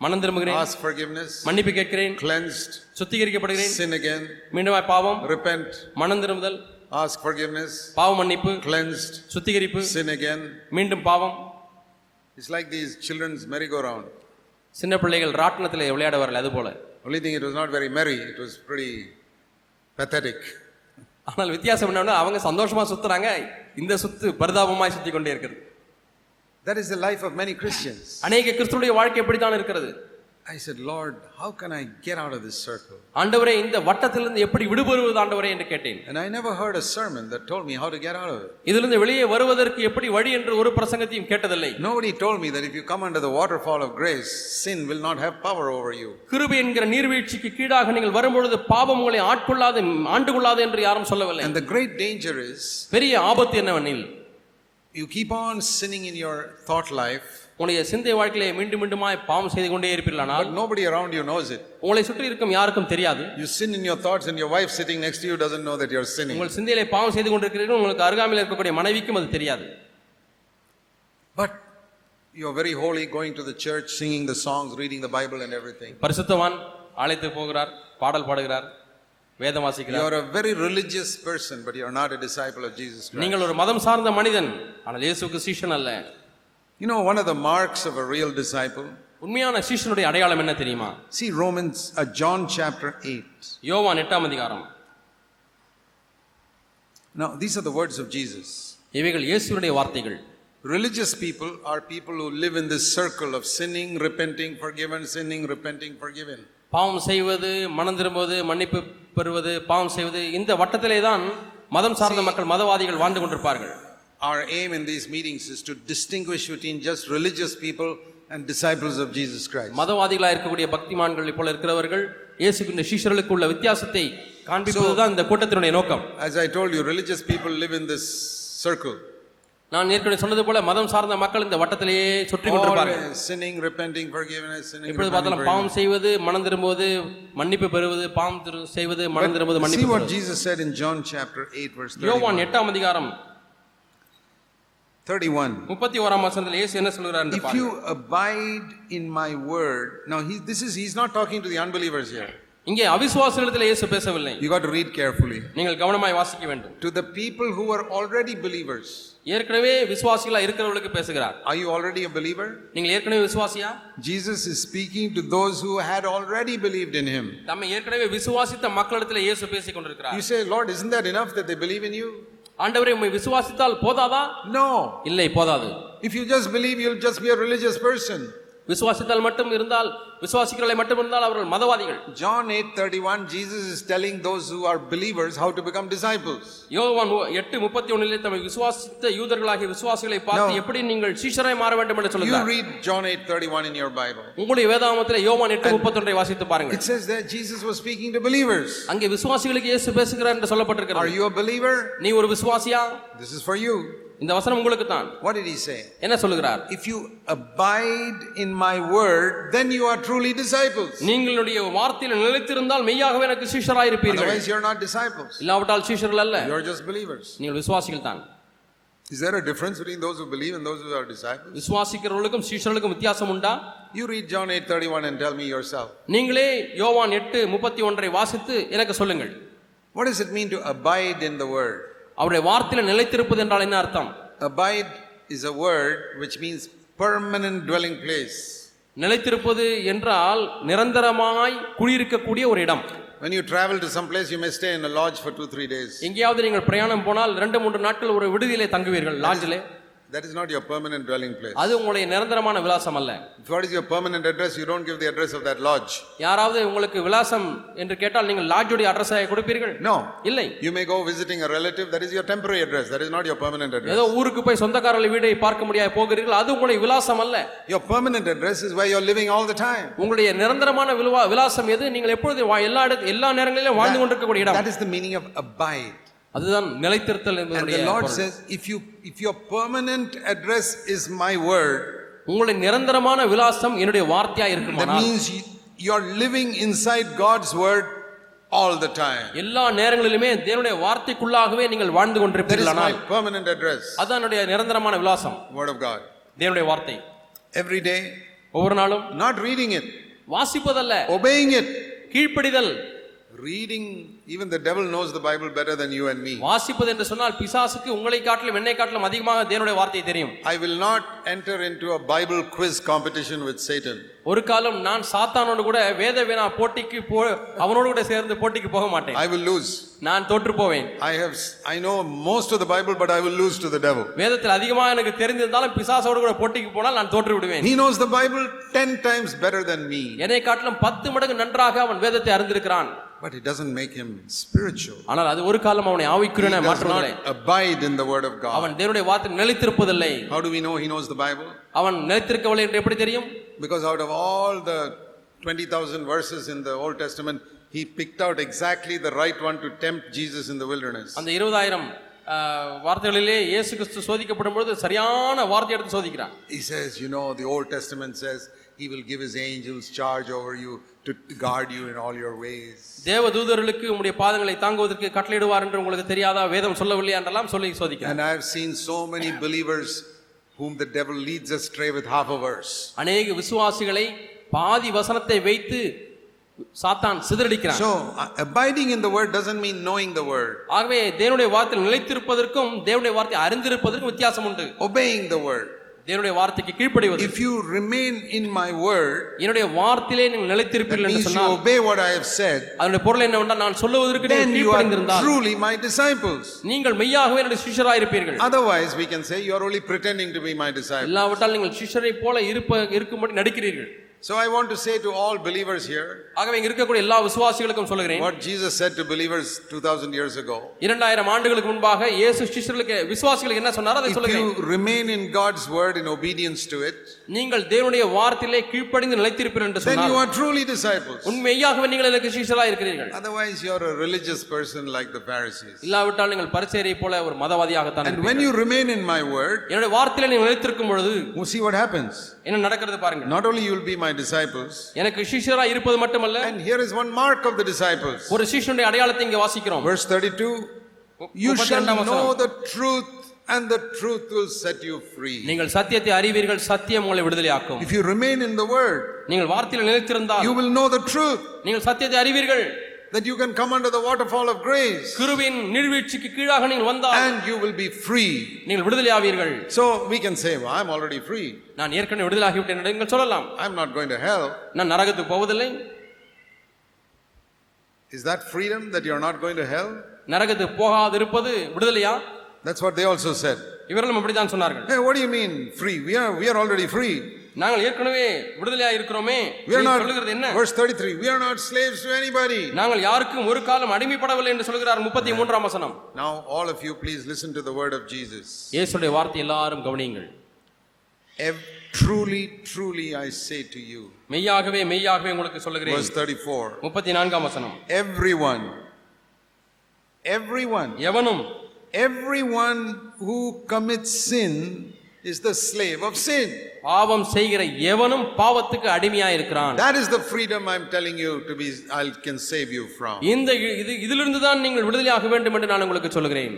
மனம் திரும்புகிறேன் ask forgiveness, மன்னிப்பு கேட்கிறேன் cleansed, சுத்திகரிக்கப்படுகிறேன் sin again, மீண்டுமாய் பாவம் repent, மனம் திரும்புதல் ask forgiveness, பாவ மன்னிப்பு cleansed, சுத்திகரிப்பு sin again. மீண்டும் பாவம் It's like these children's merry-go-round. சின்ன பிள்ளைகள் ராட்டினத்தில் விளையாட வரல அது போல Only thing, it was not very merry. It was pretty pathetic. ஆனால் வித்தியாசம் என்னன்னா அவங்க சந்தோஷமா சுத்துறாங்க இந்த சுத்து பரிதாபமாய் சுத்தி கொண்டே இருக்கிறது That is the life of many Christians. அநேக கிறிஸ்துடைய வாழ்க்கை இப்படித்தான் இருக்கிறது I said, Lord, how can I get out of this circle? ஆண்டவரே இந்த வட்டத்திலிருந்து எப்படி விடுபடுவது ஆண்டவரே என்று கேட்டேன் And I never heard a sermon that told me how to get out of it. இதிலிருந்து வெளியே வருவதற்கு எப்படி வழி என்று ஒரு பிரசங்கத்தையும் கேட்டதில்லை Nobody told me that if you come under the waterfall of grace, sin will not have power over you. கிருபை என்கிற நீர்வீழ்ச்சிக்கு கீழாக நீங்கள் வரும்பொழுது பாவம் உங்களை ஆட்கொள்ளாது ஆண்டு கொள்ளாது என்று யாரும் சொல்லவில்லை And the great danger is பெரிய ஆபத்து என்னவெனில் you keep on sinning in your thought life, உங்களுடைய சிந்தை வாழ்க்கையிலே மீண்டும் மீண்டுமாய் பாவம் செய்து கொண்டே இருப்பீர்களானால் but nobody around you knows it. உங்களை சுற்றி இருக்கும் யாருக்கும் தெரியாது You sin in your thoughts, and your wife sitting next to you doesn't know that you're sinning. உங்கள் சிந்தையிலே பாவம் செய்து கொண்டிருக்கிறீர்கள் உங்களுக்கு அருகாமையில் இருக்கக்கூடிய மனைவிக்கும் அது தெரியாது But you're very holy, going to the church, singing the songs, reading the Bible, and everything. பரிசுத்தவான் ஆலயத்துக்கு போகிறார் பாடல் பாடுகிறார் வேதம் வாசிக்கிறார் You're a very religious person, but you're not a disciple of Jesus Christ. நீங்கள் ஒரு மதம் சார்ந்த மனிதன் ஆனால் இயேசுவுக்கு சீஷன் அல்ல You know, one of the marks of a real disciple. உண்மையான சீஷனுடைய அடையாளம் என்ன தெரியுமா See Romans, uh, John chapter 8. யோவான் எட்டாம் அதிகாரம் Now, these are the words of Jesus. இவைகள் இயேசுனுடைய வார்த்தைகள் Religious people are people who live in this circle of sinning, repenting, forgiven, sinning, repenting, forgiven. பாவம் செய்வது மனம் திரும்புவது மன்னிப்பு பெறுவது பாவம் செய்வது இந்த வட்டத்திலே தான் மதம் சார்ந்த மக்கள் மதவாதிகள் வாழ்ந்து கொண்டிருப்பார்கள் Our aim in these meetings is to distinguish between just religious people and disciples of Jesus Christ. மதவாதிகளாக இருக்கக்கூடிய பக்திமான்களை போல இருக்கிறவர்கள் இயேசுவின் சீஷர்களுக்கு உள்ள வித்தியாசத்தை காண்பிப்பதுதான் இந்த கூட்டத்தினுடைய நோக்கம் As I told you, religious people live in this circle. நான் ஏற்கனவே சொன்னது போல மதம் சார்ந்த மக்கள் இந்த வட்டத்திலேயே சுற்றி கொண்டிருப்பார்கள் Always sinning, repenting, forgiveness, sinning, இப்பொழுது repenting, பார்த்தாலும் பாவம் செய்வது மனம் திரும்புவது மன்னிப்பு பெறுவது பாவம் திரு- செய்வது மனம் திரும்புவது forgiveness. See மன்னிப்பு what பெறுவது Jesus said in John chapter 8, verse 31. யோவான் எட்டாம் அதிகாரம் 31. முப்பத்தி ஓராம் வசனத்தில் இயேசு என்ன சொல்கிறார் என்று If பாருங்க. you abide in my word, now he, this is he's not talking to the unbelievers here. இங்கே அவிசுவாசிகளிடத்தில் இயேசு பேசவில்லை You got to read carefully. நீங்கள் கவனமாய் வாசிக்க வேண்டும் To the people who are already believers. ஏற்கனவே விசுவாசிகளா இருக்கிறவர்களுக்கு பேசுகிறார் Are you already a believer? நீங்கள் ஏற்கனவே விசுவாசியா Jesus is speaking to those who had already believed in him. தம்மை ஏற்கனவே விசுவாசித்த மக்களிடத்தில் இயேசு பேசிக் கொண்டிருக்கிறார் You say, Lord, isn't that enough that they believe in you? ஆண்டவரை உம்மை விசுவாசித்தால் போதாதா No. இல்லை போதாது If you just believe, you'll just be a religious person. விசுவாசித்தால் மட்டும் இருந்தால் விசுவாசிக்கிறவர்களை மட்டும் இருந்தால் அவர்கள் மதவாதிகள் John 8:31 Jesus is telling those who are believers how to become disciples. யோவான் ஒ- எட்டு முப்பத்தி ஒண்ணிலே தம்மை விசுவாசித்த யூதர்களாகிய விசுவாசிகளை பார்த்து No. எப்படி நீங்கள் சீஷராய் மாற வேண்டும் என்று You சொல்லுகிறார் read John 8:31 in your Bible. உங்களுடைய வேதாமத்தில் யோவான் எட்டு முப்பத்தொன்றை வாசித்து பாருங்கள் It says that Jesus was speaking to believers. அங்கே விசுவாசிகளுக்கு இயேசு பேசுகிறார் என்று Are சொல்லப்பட்டிருக்கிறது you a believer? நீ ஒரு விசுவாசியா This is for you. இந்த வசனம் உங்களுக்கு தான் What did he say? என்ன சொல்லுகிறார் If you abide in my word, then you are truly disciples. நீங்களுடைய வார்த்தையில் நிலைத்திருந்தால் மெய்யாகவே எனக்கு சீஷராய் இருப்பீர்கள் Otherwise, you're not disciples. இல்லாவிட்டால் சீஷர்கள் அல்ல You're just believers. நீங்கள் விசுவாசிகள் தான் Is there a difference between those who believe and those who are disciples? விசுவாசிக்கிறவர்களுக்கும் சீஷர்களுக்கும் வித்தியாசம் உண்டா You read John 8:31 and tell me yourself. நீங்களே யோவான் எட்டு முப்பத்தி ஒன்றை வாசித்து எனக்கு சொல்லுங்கள் What does it mean to abide in the word? அவருடைய வார்த்தையில் நிலைத்திருப்பது என்றால் என்ன அர்த்தம் Abide is a word which means permanent dwelling place. நிலைத்திருப்பது என்றால் நிரந்தரமாய் குடியிருக்கக்கூடிய ஒரு இடம் When you travel to some place, you may stay in a lodge for two, three days. எங்கேயாவது நீங்கள் பிரயாணம் போனால் ரெண்டு மூன்று நாட்கள் ஒரு விடுதியிலே தங்குவீர்கள் லாட்ஜிலே That is not your permanent dwelling place. அது உங்களுடைய நிரந்தரமான விலாசம் அல்ல If what is your permanent address, you don't give the address of that lodge. யாராவது உங்களுக்கு விலாசம் என்று கேட்டால் நீங்கள் லாட்ஜுடைய அட்ரஸாக கொடுப்பீர்கள் No. இல்லை You may go visiting a relative, that is your temporary address, that is not your permanent address. ஏதோ ஊருக்கு போய் சொந்தக்காரர்கள் வீடை பார்க்க முடியாது போகிறீர்கள் அது உங்களுடைய விலாசம் அல்ல Your permanent address is where you're living all the time. உங்களுடைய நிரந்தரமான விலுவா விலாசம் எது நீங்கள் எப்பொழுது வா- எல்லா இடத்து எல்லா நேரங்களிலும் வாழ்ந்து கொண்டிருக்கக்கூடிய இடம் That is the meaning of abide. அதுதான் நிலைத்திருத்தல் And என்பதுடைய the Lord பொருள். says, if you if your permanent address is my word, உங்களுடைய நிரந்தரமான விலாசம் என்னுடைய வார்த்தையா that இருக்குமானால் means you- you're living inside God's word all the time. எல்லா நேரங்களிலுமே தேவனுடைய வார்த்தைக்குள்ளாகவே நீங்கள் வாழ்ந்து That is my கொண்டிருப்பீர்களானால் permanent address, அதுதான் என்னுடைய நிரந்தரமான விலாசம் Word of God. தேவனுடைய வார்த்தை Every day, ஒவ்வொரு நாளும் not reading it, வாசிப்பதல்ல obeying it. கீழ்ப்படிதல் Reading, even the devil knows the Bible better than you and me. வாசிப்பது என்று சொன்னால் பிசாசுக்கு உங்களை காட்டிலும் என்னை காட்டிலும் அதிகமாக தேவனுடைய வார்த்தை தெரியும் I will not enter into a Bible quiz competition with Satan. ஒரு காலம் நான் சாத்தானோடு கூட வேத வேணா போட்டிக்கு போ அவனோடு கூட சேர்ந்து போட்டிக்கு போக மாட்டேன் I will lose. நான் தோற்று போவேன் I have, s- I know most of the Bible, but I will lose to the devil. வேதத்தில் அதிகமாக எனக்கு தெரிந்திருந்தாலும் பிசாசோடு கூட போட்டிக்கு போனால் நான் தோற்று விடுவேன் He knows the Bible 10 times better than me, என்னை காட்டிலும் பத்து மடங்கு நன்றாக அவன் வேதத்தை அறிந்திருக்கிறான் but it doesn't make him spiritual. ஆனால் அது ஒரு காலம் அவனை He ஆவிக்குரியன does மாற்றுவதில்லை not abide in the Word of God. அவன் தேவனுடைய வார்த்தை நிலைத்திருப்பதில்லை How do we know he knows the Bible? அவன் நிலைத்திருக்கவில்லை என்று எப்படி தெரியும் Because out of all the 20,000 verses in the Old Testament, he picked out exactly the right one to tempt Jesus in the wilderness. அந்த இருபதாயிரம் வார்த்தைகளிலே இயேசு கிறிஸ்து சோதிக்கப்படும் பொழுது சரியான வார்த்தை எடுத்து சோதிக்கிறான் He says, You know, the Old Testament says he will give his angels charge over you to guard you in all your ways. தேவ தூதர்களுக்கு உம்முடைய பாதங்களை தாங்குவதற்கு கட்டளையிடுவார் என்று உங்களுக்கு தெரியாதா வேதம் சொல்லவில்லையா என்றெல்லாம் சொல்லி சோதிக்கிறார் And I have seen so many believers whom the devil leads astray with half a verse. அநேக விசுவாசிகளை பாதி வசனத்தை வைத்து சாத்தான் சிதறடிக்கிறான் So, uh, abiding in the word doesn't mean knowing the word, ஆகவே தேவனுடைய வார்த்தையில் நிலைத்திருப்பதற்கும் தேவனுடைய வார்த்தை அறிந்திருப்பதற்கும் வித்தியாசம் உண்டு obeying the word. தேவனுடைய வார்த்தைக்கு கீழ்ப்படிவது If you remain in my word, என்னுடைய வார்த்தையிலே நீங்கள் that நிலைத்திருப்பீர்கள் என்று means you சொன்னால் obey what I have said. அதனுடைய பொருள் என்னவென்றால் நான் சொல்லுவதற்கு then நீங்கள் you are கீழ்ப்படிந்திருந்தால் truly my disciples. நீங்கள் மெய்யாகவே என்னுடைய சிஷ்யராயிருப்பீர்கள் Otherwise, we can say you are only pretending to be my disciple. இல்லாவிட்டால் நீங்கள் சிஷ்யரை போல இருப்ப இருக்கும்படி நடிக்கிறீர்கள் So I want to say to all believers here ஆகவே இங்க இருக்கக்கூடிய எல்லா விசுவாசிகளுக்கும் சொல்கிறேன் what Jesus said to believers 2000 years ago. இரண்டாயிரம் ஆண்டுகளுக்கு முன்பாக இயேசு சிஷ்யர்களுக்கு விசுவாசிகளுக்கு என்ன சொன்னாரோ அதை If சொல்லுகிறேன் you remain in God's word in obedience to it, நீங்கள் தேவனுடைய வார்த்தையிலே கீழ்ப்படிந்து நிலைத்திருப்பீர்கள் என்று then you சொன்னார் are truly disciples. உண்மையாகவே நீங்கள் எனக்கு சிஷ்யராக இருக்கிறீர்கள் Otherwise, you are a religious person like the Pharisees. இல்லாவிட்டால் நீங்கள் பரிசேரை போல ஒரு மதவாதியாகத்தான் And இருப்பீர்கள். when you remain in my word, என்னுடைய வார்த்தையில நீங்கள் நிலைத்திருக்கும் பொழுது you see what happens. என்ன நடக்கிறது பாருங்க Not only you will be my disciples, எனக்கு சிஷ்யராக இருப்பது மட்டுமல்ல and here is one mark of the disciples. ஒரு சிஷ்யனுடைய அடையாளத்தை இங்கே வாசிக்கிறோம் Verse 32 You முப்பத்தி shall இரண்டாம் know வசனம். the truth, and the truth will set you free. நீங்கள் சத்தியத்தை அறிவீர்கள் சத்தியம் உங்களை விடுதலையாக்கும் If you remain in the word, நீங்கள் வார்த்தையில் நிலைத்திருந்தால் you will know the truth நீங்கள் சத்தியத்தை அறிவீர்கள் that you can come under the waterfall of grace கிருவின் நீர்வீழ்ச்சிக்கு கீழாக நீங்கள் வந்தால் and you will be free. நீங்கள் விடுதலையாவீர்கள் So we can say, well, I'm already free. நான் ஏற்கனவே விடுதலாகிவிட்டேன் என்று நீங்கள் சொல்லலாம் I'm not going to hell. நான் நரகத்துக்கு போவதில்லை Is that freedom that you're not going to hell? நரகத்துக்கு போகாதிருப்பது விடுதலையா That's what they also said. இவர்களும் அப்படித்தான் சொன்னார்கள் Hey, what do you mean free? We are we are already free. நாங்கள் ஏற்கனவே விடுதலையா இருக்கிறோமே We are நீ not சொல்லுகிறது என்ன verse 33. We are not slaves to anybody. நாங்கள் யாருக்கும் ஒரு காலம் அடிமைப்படவில்லை என்று சொல்கிறார் முப்பத்தி மூன்றாம் வசனம் Now all of you please listen to the word of Jesus. இயேசுடைய வார்த்தை எல்லாரும் கவனியுங்கள் Ev- truly truly I say to you. மெய்யாகவே மெய்யாகவே உங்களுக்கு Verse சொல்லுகிறேன் 34. முப்பத்தி நான்காம் வசனம் Everyone everyone எவனும் everyone who commits sin is the slave of sin. பாவம் செய்கிற எவனும் பாவத்துக்கு அடிமையா இருக்கிறான் That is the freedom I'm telling you to be I can save you from. இந்த இ- இது இதிலிருந்து தான் நீங்கள் விடுதலையாக வேண்டும் என்று நான் உங்களுக்கு சொல்கிறேன்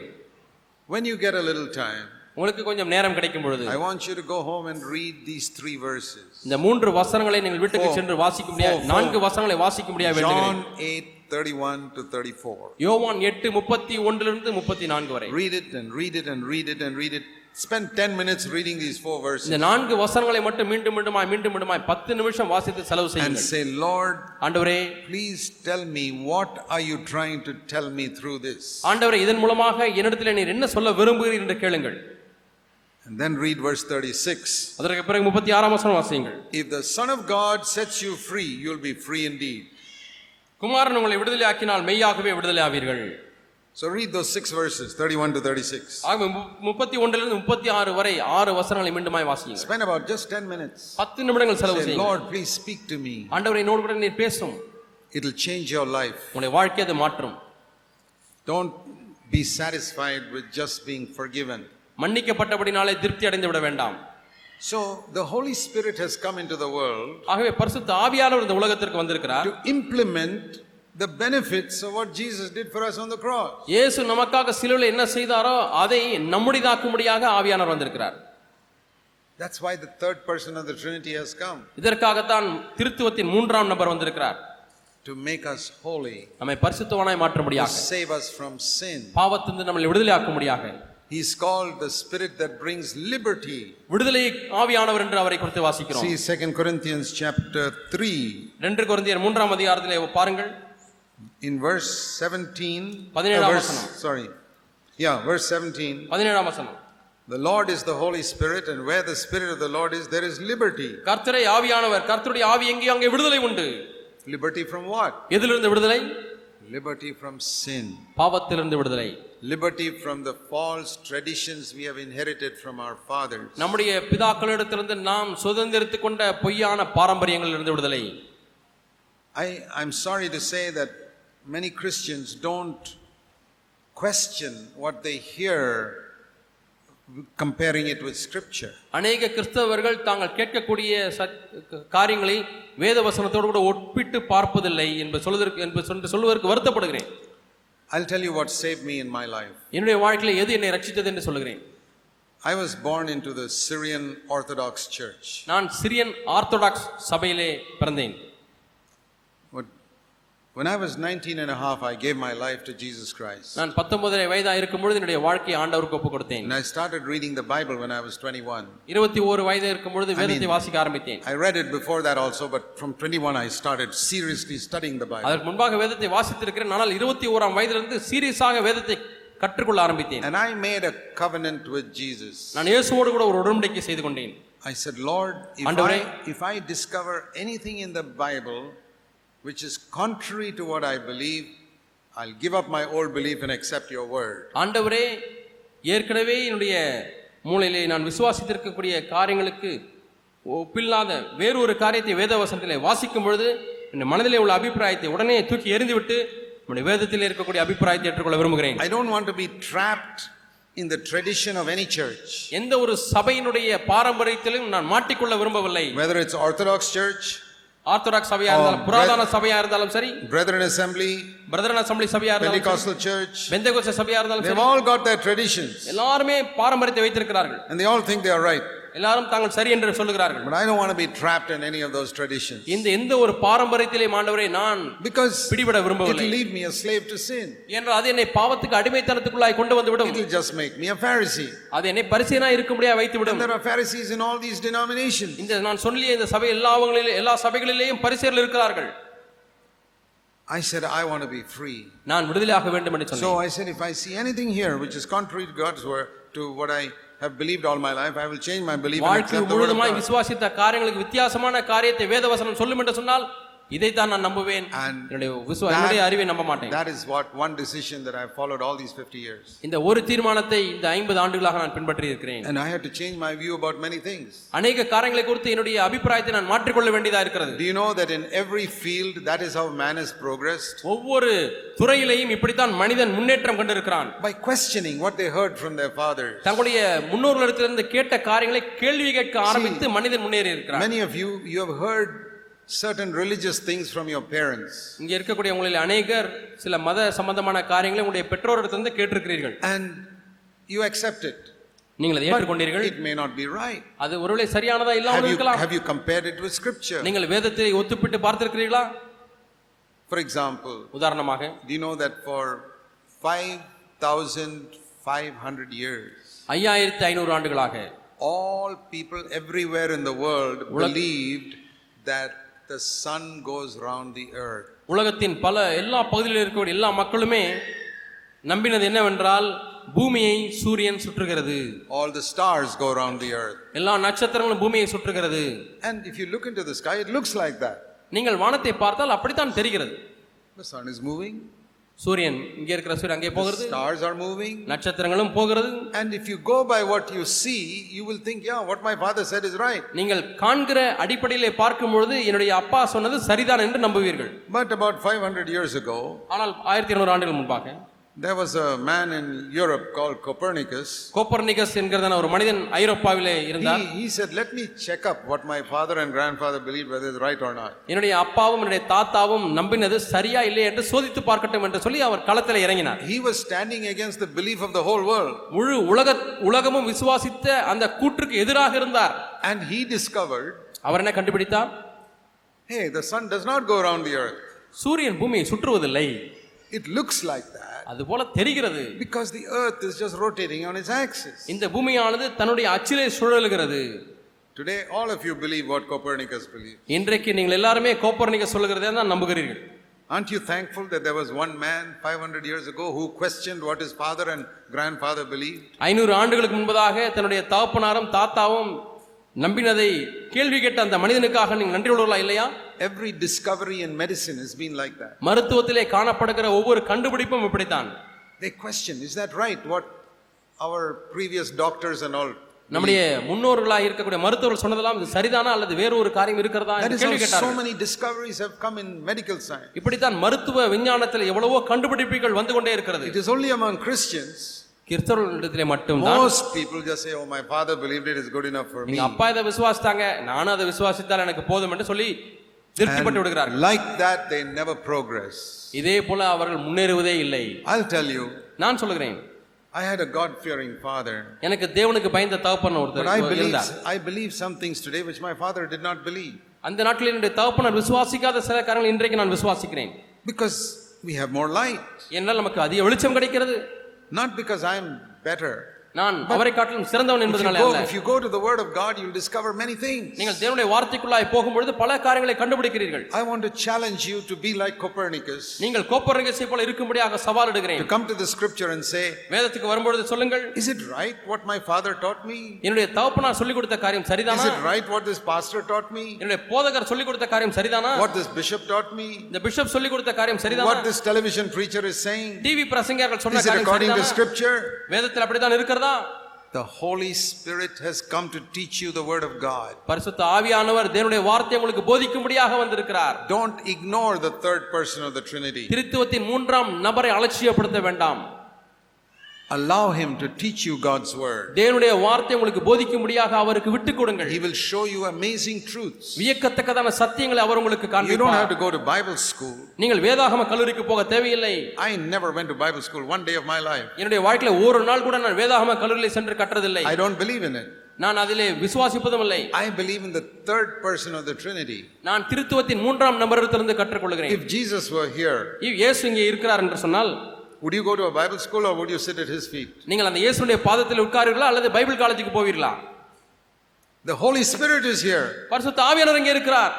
When you get a little time, உங்களுக்கு கொஞ்சம் நேரம் கிடைக்கும் பொழுது I want you to go home and read these three verses. இந்த மூன்று வசனங்களை நீங்கள் வீட்டுக்கு Four. சென்று வாசிக்க முடியாது Four, four. நான்கு வசனங்களை வாசிக்க முடியாது John 8 31 to 34. யோவான் எட்டு முப்பத்தி ஒன்றிலிருந்து முப்பத்தி நான்கு வரை Read it and read it and read it and read it. Spend 10 minutes reading these four verses இந்த நான்கு வசனங்களை மட்டும் மீண்டும் மீண்டுமாய் மீண்டும் மீண்டுமாய் பத்து நிமிஷம் வாசித்து செலவு and செய்யுங்கள் say, Lord, ஆண்டவரே please tell me what are you trying to tell me through this? ஆண்டவரே இதன் மூலமாக என்னிடத்தில் நீர் என்ன சொல்ல விரும்புகிறீர் என்று கேளுங்கள் And then read verse 36. அதற்கு பிறகு முப்பத்தி ஆறாம் வசனம் வாசியுங்கள் If the Son of God sets you free, you'll be free indeed. குமாரன் உங்களை விடுதலையாக்கினால் மெய்யாகவே விடுதலை ஆவீர்கள் So read those six verses, 31 to 36. ஆகவே மு- முப்பத்தி ஒன்றிலிருந்து முப்பத்தி ஆறு வரை ஆறு வசனங்களை மீண்டுமாய் வாசியுங்கள் Spend about just 10 minutes. பத்து நிமிடங்கள் செலவு Say, செய்யுங்கள் Lord, please speak to me. ஆண்டவரை என்னோடு கூட நீர் பேசும் It'll change your life. உங்களுடைய வாழ்க்கையை அது மாற்றும் Don't be satisfied with just being forgiven. மன்னிக்கப்பட்டபடினாலே திருப்தி அடைந்து விட வேண்டாம் So, the Holy Spirit has come into the world ஆகவே பரிசுத்த ஆவியானவர் இந்த உலகத்திற்கு வந்திருக்கிறார் to implement the benefits of what Jesus did for us on the cross. இயேசு நமக்காக சிலுவையில் என்ன செய்தாரோ அதை நம்முடையதாக்கும்படியாக ஆவியானவர் வந்திருக்கிறார் That's why the third person of the Trinity has come இதற்காகத்தான் திருத்துவத்தின் மூன்றாம் நபர் வந்திருக்கிறார் to make us holy, நம்மை பரிசுத்தவனாய் to மாற்றும்படியாக save us from sin. பாவத்திலிருந்து நம்மளை விடுதலையாக்கும்படியாக He's called the Spirit that brings liberty. விடுதலை ஆவியானவர் என்று அவரை குறித்து வாசிக்கிறோம் See 2 Corinthians chapter 3 ரெண்டு குருந்தியர் மூன்றாம் அதிகாரத்திலே பாருங்கள் in verse 17. பதினேழாம் uh, verse, வசனம். sorry. Yeah, verse 17. பதினேழாம் வசனம் The Lord is the Holy Spirit, and where the Spirit of the Lord is, there is liberty. கர்த்தரை ஆவியானவர் கர்த்தருடைய ஆவி எங்கே அங்கே விடுதலை உண்டு Liberty from what? எதிலிருந்து விடுதலை Liberty from sin. பாவத்திலிருந்து விடுதலை Liberty from the false traditions we have inherited from our fathers. நம்முடைய பிதாக்களிடத்திலிருந்து நாம் சுதந்திரித்துக் கொண்ட பொய்யான பாரம்பரியங்களிலிருந்து விடுதலை I, I'm sorry to say that many Christians don't question what they hear, comparing it with Scripture. அநேக கிறிஸ்தவர்கள் தாங்கள் கேட்கக்கூடிய சத்- காரியங்களை வேத வசனத்தோடு கூட ஒப்பிட்டு பார்ப்பதில்லை என்பது சொல்வதற்கு என்பது சொல்~ சொல்வதற்கு வருத்தப்படுகிறேன் I'll tell you what saved me in my life. என்னுடைய வாழ்க்கையில எது என்னை ரட்சித்தது என்று சொல்கிறேன் I was born into the Syrian Orthodox Church. நான் சிரியன் ஆர்த்தடாக்ஸ் சபையிலே பிறந்தேன் But when I was 19 and a half, I gave my life to Jesus Christ. நான் பத்தொன்பது வயதாக இருக்கும் பொழுது என்னுடைய வாழ்க்கையை ஆண்டவருக்கு ஒப்பு கொடுத்தேன் And I started reading the Bible when I was 21. இருபத்தி ஓரு வயதாக இருக்கும் பொழுது வேதத்தை வாசிக்க ஆரம்பித்தேன் I read it before that also, but from 21 I started seriously studying the Bible. அதற்கு முன்பாக வேதத்தை வாசித்திருக்கிறேன் ஆனால் இருபத்தி ஓராம் வயதிலிருந்து சீரியஸாக வேதத்தை கற்றுக்கொள்ள ஆரம்பித்தேன் And I made a covenant with Jesus. நான் இயேசுவோடு கூட ஒரு உடன்படிக்கை செய்து கொண்டேன் I said, Lord, if ஆண்டவரே. I, if I discover anything in the Bible which is contrary to what I believe, I'll give up my old belief and accept your word. ஆண்டவரே ஏற்கனவே என்னுடைய மூளையிலே நான் விசுவாசித்திருக்கக்கூடிய காரியங்களுக்கு ஒப்பில்லாத வேறொரு காரியத்தை வேதவசனத்திலே வாசிக்கும் பொழுது என்னுடைய மனதிலே உள்ள அபிப்பிராயத்தை உடனே தூக்கி எறிந்துவிட்டு என்னுடைய வேதத்தில் இருக்கக்கூடிய அபிப்பிராயத்தை ஏற்றுக்கொள்ள விரும்புகிறேன் I don't want to be trapped in the tradition of any church, எந்த ஒரு சபையினுடைய பாரம்பரியத்திலும் நான் மாட்டிக்கொள்ள விரும்பவில்லை whether it's Orthodox Church orthodox சபையா இருந்தாலும் Oh, புராதன சபையா இருந்தாலும் சரி Brethren Assembly, பிரதரன் அசம்பிளி சபையா இருந்தாலும் Pentecostal Church, பெந்தகோச சபையா இருந்தாலும் they've சரி all got their traditions எல்லாருமே பாரம்பரியத்தை வைத்திருக்கிறார்கள் and they all think they are right. எல்லாரும் தாங்கள் சரி என்று சொல்லுகிறார்கள் But I don't want to be trapped in any of those traditions இந்த எந்த ஒரு பாரம்பரியத்திலே மாண்டவரை நான் because it'll பிடிபட விரும்பவில்லை leave me a slave to sin. ஏனென்றால் அது என்னை பாவத்துக்கு அடிமைத்தனத்துக்குள்ளாய் கொண்டு வந்துவிடும் It'll just make me a Pharisee. அது என்னை பரிசீனா இருக்க முடியாது And வைத்துவிடும் there are Pharisees in all these denominations. இந்த நான் சொல்லிய இந்த சபை எல்லாவங்களிலே எல்லா சபைகளிலேயும் பரிசேரில் இருக்கிறார்கள் I said, I want to be free. நான் விடுதலையாக வேண்டும் என்று சொன்னேன் So I said, if I see anything here which is contrary to God's word, to what I have believed all my life, I will change my belief and வாழ்க்கை accept the word of முழுதுமாய் God. விசுவாசித்த காரியங்களுக்கு வித்தியாசமான காரியத்தை வேதவசனம் சொல்லும் என்று சொன்னால் இதைத்தான் நான் நம்புவேன் And என்னுடைய விசுவா என்னுடைய அறிவை நம்ப மாட்டேன் That is what one decision that I have followed all these 50 years. இந்த ஒரு தீர்மானத்தை இந்த ஐம்பது ஆண்டுகளாக நான் பின்பற்றி இருக்கிறேன் And I had to change my view about many things. அநேக காரியங்களை குறித்து என்னுடைய அபிப்பிராயத்தை நான் மாற்றிக்கொள்ள வேண்டியதா இருக்கிறது Do you know that in every field, that is how man has progressed? ஒவ்வொரு துறையிலையும் இப்படித்தான் மனிதன் முன்னேற்றம் கண்டிருக்கிறான் By questioning what they heard from their fathers. தங்களுடைய முன்னோர்களிடத்திலிருந்து கேட்ட காரியங்களை கேள்வி கேட்க ஆரம்பித்து மனிதன் முன்னேறி இருக்கிறான் Many of you, you have heard certain religious things from your parents. இங்க இருக்கக்கூடிய உங்களில் அநேகர் சில மத சம்பந்தமான காரியங்களை உங்களுடைய பெற்றோரிடத்திலிருந்து கேட்டிருக்கிறீர்கள் And you accept it. நீங்கள் அதை ஏற்றுக்கொண்டீர்கள் It may not be right. அது ஒருவேளை சரியானதா Have இல்லாமல் you, இருக்கலாம் have you compared it with scripture? நீங்கள் வேதத்தை ஒத்துப்பிட்டு பார்த்திருக்கிறீர்களா For example, உதாரணமாக do you know that for 5,500 years, ஐயாயிரத்தி ஐநூறு ஆண்டுகளாக all people everywhere in the world believed that the sun goes round the earth. உலகத்தின் பல எல்லா பகுதியில் இருக்கக்கூடிய எல்லா மக்களுமே நம்பினது என்னவென்றால் பூமியை சூரியன் சுற்றுகிறது All the stars go round the earth. எல்லா நட்சத்திரங்களும் பூமியை சுற்றுகிறது And if you look into the sky, it looks like that. நீங்கள் வானத்தை பார்த்தால் அப்படித்tan தெரிகிறது The sun is moving, சூரியன் இங்கே இருக்கிற சூரியன் அங்கே the போகிறது stars are moving. நட்சத்திரங்களும் போகிறது And if you go by what you see, you will think, yeah, what my father said is right. நீங்கள் காண்கிற அடிப்படையிலே பார்க்கும் பொழுது என்னுடைய அப்பா சொன்னது சரிதான் என்று நம்புவீர்கள் But about 500 years ago, ஆனால் ஆயிரத்தி இருநூறு ஆண்டுகள் முன்பாக There was a man in Europe called Copernicus. Copernicus என்கிறதான ஒரு மனிதன் ஐரோப்பாவிலே இருந்தார் He, he said, Let me check up what my father and grandfather believed, whether it's right or not. என்னுடைய அப்பாவும் என்னுடைய தாத்தாவும் நம்பினது சரியா இல்லை என்று சோதித்து பார்க்கட்டும் என்று சொல்லி அவர் களத்தில் இறங்கினார் He was standing against the belief of the whole world. முழு உலக உலகமும் விசுவாசித்த அந்த கூற்றுக்கு எதிராக இருந்தார் And he discovered அவர் என்ன கண்டுபிடித்தார் hey, the sun does not go around the earth. சூரியன் பூமியை சுற்றுவதில்லை It looks like that அது போல தெரிகிறது because the earth is just rotating on its axis. இந்த பூமியானது தன்னுடைய அச்சிலே சுழல்கிறது Today, all of you believe what Copernicus believed. இன்றைக்கு நீங்கள் எல்லாருமே கோப்பர்னிகஸ் சொல்லுகிறதே தான் நம்புகிறீர்கள் Aren't you thankful that there was one man 500 years ago who questioned what his father and grandfather believed? ஐநூறு ஆண்டுகளுக்கு முன்பதாக தன்னுடைய தகப்பனாரும் தாத்தாவும் நம்பினதை கேள்வி கேட்ட அந்த மனிதனுக்காக நீங்கள் நன்றி உள்ளவர்களா இல்லையா Every discovery in medicine has been like that. மருத்துவத்திலே காணப்படுகிற ஒவ்வொரு கண்டுபிடிப்பும் இப்படித்தான் They question, is that right? What our previous doctors and all. நம்முடைய முன்னோர்களாக இருக்கக்கூடிய மருத்துவர்கள் சொன்னதெல்லாம் இது சரிதானா அல்லது வேறு ஒரு காரியம் இருக்கிறதா That என்று is how கேள்வி so கேட்டார்கள் many discoveries have come in medical science. இப்படித்தான் மருத்துவ விஞ்ஞானத்தில் எவ்வளவோ கண்டுபிடிப்புகள் வந்து கொண்டே இருக்கிறது It is only among Christians. கிறிஸ்தவர்களிடத்திலே மட்டும்தான் Most people just say, oh, my father believed it is good enough for me. எங்க அப்பா இதை விசுவாசித்தாங்க நானும் அதை விசுவாசித்தால் எனக்கு போதும் என்று சொல்லி திருப்திப்பட்டு விடுகிறார்கள் Like that, they never progress. இதே போல அவர்கள் முன்னேறுவதே இல்லை I'll tell you, நான் சொல்லுகிறேன் I had a God fearing father. எனக்கு தேவனுக்கு பயந்த தகப்பன் But I ஒருத்தர் believe, இருந்தார் I believe some things today which my father did not believe. அந்த நாட்களில் என்னுடைய தகப்பனார் விசுவாசிக்காத சில காரணங்கள் இன்றைக்கு நான் விசுவாசிக்கிறேன் Because we have more light. என்னால் நமக்கு அதிக வெளிச்சம் கிடைக்கிறது Not because I am better. நான் அவரை காட்டிலும் சிறந்தவன் If you, என்பதனால go, அல்ல if you go to the Word of God, you'll discover many things. நீங்கள் தேவனுடைய வார்த்தைக்குள்ளாய் போகும்பொழுது பல காரியங்களை கண்டுபிடிக்கிறீர்கள் I want to challenge you to be like Copernicus, நீங்கள் கோப்பரங்கசை போல இருக்கும்படியாக to சவாலிடுகிறேன் come to the scripture and say, வேதத்துக்கு வரும்பொழுது சொல்லுங்கள் Is it right what my father taught me? என்னுடைய தகப்பனார் சொல்லிக் கொடுத்த காரியம் Is சரிதானா it right what this pastor taught me? என்னுடைய போதகர் சொல்லிக் கொடுத்த காரியம் சரிதானா What this bishop taught me? இந்த பிஷப் சொல்லிக் கொடுத்த காரியம் சரிதானா What this television preacher is saying? TV பிரசங்கர்கள் சொன்ன Is it காரியம் according to சரிதானா scripture? வேதத்தில் அப்படித்தான் இருக்கிறதா The Holy Spirit has come to teach you the Word of God. பரிசுத்த ஆவியானவர் தேவனுடைய வார்த்தை உங்களுக்கு போதிக்கும்படியாக வந்திருக்கிறார் Don't ignore the third person of the Trinity. திருத்துவத்தின் மூன்றாம் நபரை அலட்சியப்படுத்த வேண்டாம் Allow Him to teach you God's Word. தேவனுடைய வார்த்தை உங்களுக்கு போதிக்கும்படியாக அவருக்கு விட்டுக் கொடுங்கள் He will show you amazing truths. வியக்கத்தக்கதான சத்தியங்களை அவர் உங்களுக்கு You don't have காண்பிப்பார் to go to Bible school. நீங்கள் வேதாகம கல்லூரிக்கு போக தேவையில்லை I never went to Bible school one day of my life. என்னுடைய வாழ்க்கையில ஒரு நாள் கூட நான் வேதாகம கல்லூரியில் சென்று கற்றதில்லை I don't believe in it. நான் அதிலே விசுவாசிப்பதும் இல்லை I believe in the third person of the Trinity. நான் திருத்துவத்தின் மூன்றாம் நபரிடத்திலிருந்து கற்றுக்கொள்கிறேன் If Jesus were here, இவ் இயேசு இங்கே இருக்கிறார் என்று சொன்னால் would you go to a Bible school or would you sit at his feet? நீங்கள் அந்த இயேசுடைய பாதத்தில் உட்காருவீர்களா அல்லது பைபிள் காலேஜுக்கு போவீர்களா The Holy Spirit is here. பரிசுத்த ஆவியானவர் இங்கே இருக்கிறார்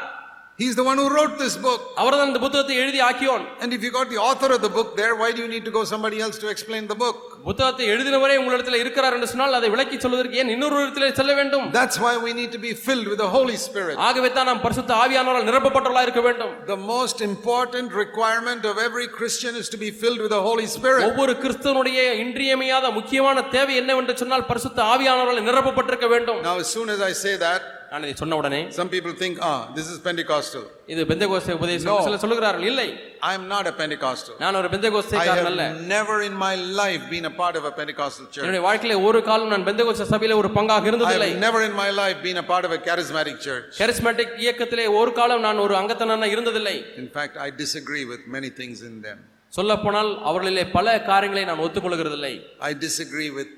He's the one who wrote this book. அவர்தான் இந்த புத்தகத்தை எழுதி ஆக்கியோன் And if you got the author of the book there, why do you need to go somebody else to explain the book? புத்தகத்தை எழுதினவரே உங்களிடத்தில் இருக்கிறார் என்று சொன்னால் அதை விளக்கி சொல்வதற்கு ஏன் இன்னொரு இடத்திலே செல்ல வேண்டும் That's why we need to be filled with the Holy Spirit. ஆகவே தான் நாம் பரிசுத்த ஆவியானவரால் நிரப்பப்பட்டவர்களா இருக்க வேண்டும் The most important requirement of every Christian is to be filled with the Holy Spirit. ஒவ்வொரு கிறிஸ்தவனுடைய இன்றியமையாத முக்கியமான தேவை என்னவென்று சொன்னால் பரிசுத்த ஆவியானவரால் நிரப்பப்பட்டிருக்க வேண்டும் Now, as soon as I say that, நான் இதை சொன்ன உடனே some people think, ah, this is Pentecostal. இது பெந்தகோஸ்தே உபதேசம் சிலர் சொல்லுகிறார்கள் இல்லை I'm not a Pentecostal. நான் ஒரு I பெந்தகோஸ்தேக்காரன் அல்ல have never in my life been a part of a Pentecostal church. என்னுடைய வாழ்க்கையில ஒரு காலம் நான் பெந்தகோஸ்தே சபையில ஒரு பங்காக I இருந்ததில்லை have never in my life been a part of a charismatic church. Charismatic இயக்கத்திலே ஒரு காலம் நான் ஒரு அங்கத்தனா இருந்ததில்லை In fact, I disagree with many things in them. சொல்லப்போனால் அவர்களிலே பல காரியங்களை நான் ஒத்துக்கொள்கிறதில்லை I disagree with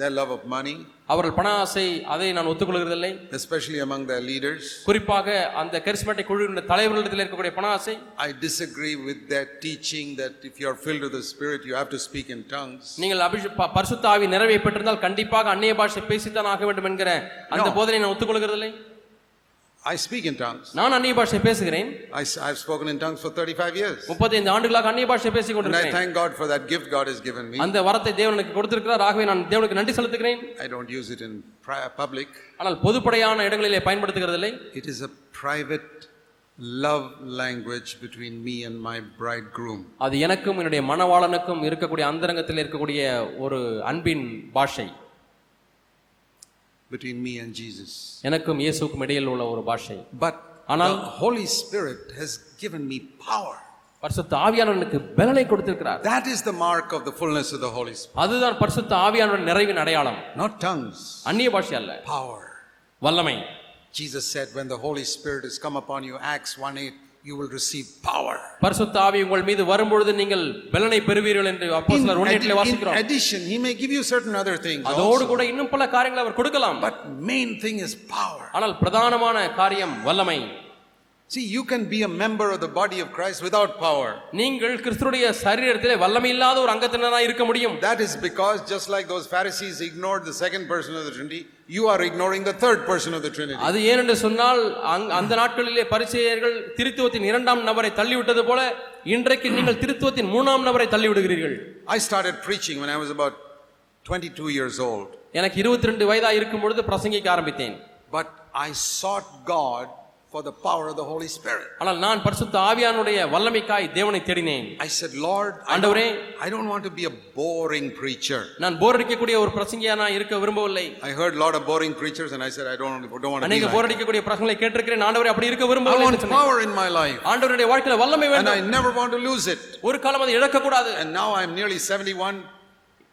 their love of money, அவர்கள் பண ஆசை அதை நான் ஒத்துக்கொள்கிறதில்லை especially among their leaders. குறிப்பாக அந்த கரிஸ்மேட்டிக் குழுவினுடைய தலைவர்களிடத்தில் இருக்கக்கூடிய பண ஆசை I disagree with their teaching that if you are filled with the Spirit, you have to speak in tongues. நீங்கள் அபிஷ- ப- பரிசுத்த ஆவி நிறைவை பெற்றிருந்தால் கண்டிப்பாக அந்நிய பாஷை பேசித்தான் ஆக வேண்டும் என்கிற அந்த போதனை நான் ஒத்துக்கொள்கிறதில்லை I speak in tongues. நான் அந்நிய பாஷை பேசுகிறேன் I, have spoken in tongues for 35 years. முப்பத்தைந்து ஆண்டுகளாக அந்நிய பாஷை பேசிக் And I கொண்டிருக்கிறேன் thank God for that gift God has given me. அந்த வரத்தை தேவன் எனக்கு கொடுத்திருக்கிறார் ஆகவே நான் தேவனுக்கு நன்றி செலுத்துகிறேன் I don't use it in pri- public. ஆனால் பொதுப்படையான இடங்களிலே பயன்படுத்துகிறதில்லை It is a private love language between me and my bridegroom. அது எனக்கும் என்னுடைய மனவாளனுக்கும் இருக்கக்கூடிய அந்தரங்கத்தில் இருக்கக்கூடிய ஒரு அன்பின் பாஷை between me and Jesus. எனக்கும் இயேசுக்கும் இடையில் உள்ள ஒரு பாஷை But the ஆனால் Holy Spirit has given me power. பரிசுத்த ஆவியானவனுக்கு பலனை கொடுத்திருக்கிறார் That is the mark of the fullness of the Holy Spirit. அதுதான் பரிசுத்த ஆவியானவன் நிறைவின் அடையாளம் Not tongues, அந்நிய பாஷை அல்ல power. வல்லமை Jesus said, When the Holy Spirit has come upon you, Acts 1 8, you will receive power. பரிசுத்த ஆவி உங்கள் மீது வரும்பொழுது நீங்கள் பலனை பெறுவீர்கள் என்று In, அப்போஸ்தலர் ஒன்றியத்திலே addi- in வாசிக்கிறோம் addition, He may give you certain other things. அதோடு also. கூட இன்னும் பல காரியங்களை அவர் கொடுக்கலாம் But main thing is power. ஆனால் பிரதானமான காரியம் வல்லமை See, you can be a member of the body of Christ without power. நீங்கள் கிறிஸ்துடைய சரீரத்திலே வல்லமை இல்லாத ஒரு அங்கத்தினராக இருக்க முடியும் That is because just like those Pharisees ignored the second person of the Trinity, you are ignoring the third person of the Trinity. அது ஏனென்று சொன்னால் அங்- அந்த நாட்களிலே பரிசேயர்கள் திருத்துவத்தின் இரண்டாம் நபரை தள்ளிவிட்டது போல இன்றைக்கு நீங்கள் திருத்துவத்தின் மூணாம் நபரை தள்ளிவிடுகிறீர்கள் I started preaching when I was about 22 years old, எனக்கு இருபத்தி ரெண்டு வயதாக இருக்கும் பொழுது பிரசங்கிக்க ஆரம்பித்தேன் but I sought God for the power of the Holy Spirit. ஆனால் நான் பரிசுத்த ஆவியானுடைய வல்லமைக்காய் தேவனை தேடினேன் I said, Lord, I don't, ஆண்டவரே I don't want to be a boring preacher. நான் போர் அடிக்கக்கூடிய ஒரு பிரசங்கியா நான் இருக்க விரும்பவில்லை I heard a lot of boring preachers, and I said, I don't, don't want to be அநேக போர் like அடிக்கக்கூடிய பிரசங்களை கேட்டிருக்கிறேன் ஆண்டவரை அப்படி இருக்க that. I விரும்பவில்லை want என்று சொன்னேன். power in my life, ஆண்டவருடைய வாழ்க்கையில வல்லமை and I வேண்டும் never want to lose it. ஒரு காலம் அதை இழக்கக்கூடாது And now I'm nearly 71.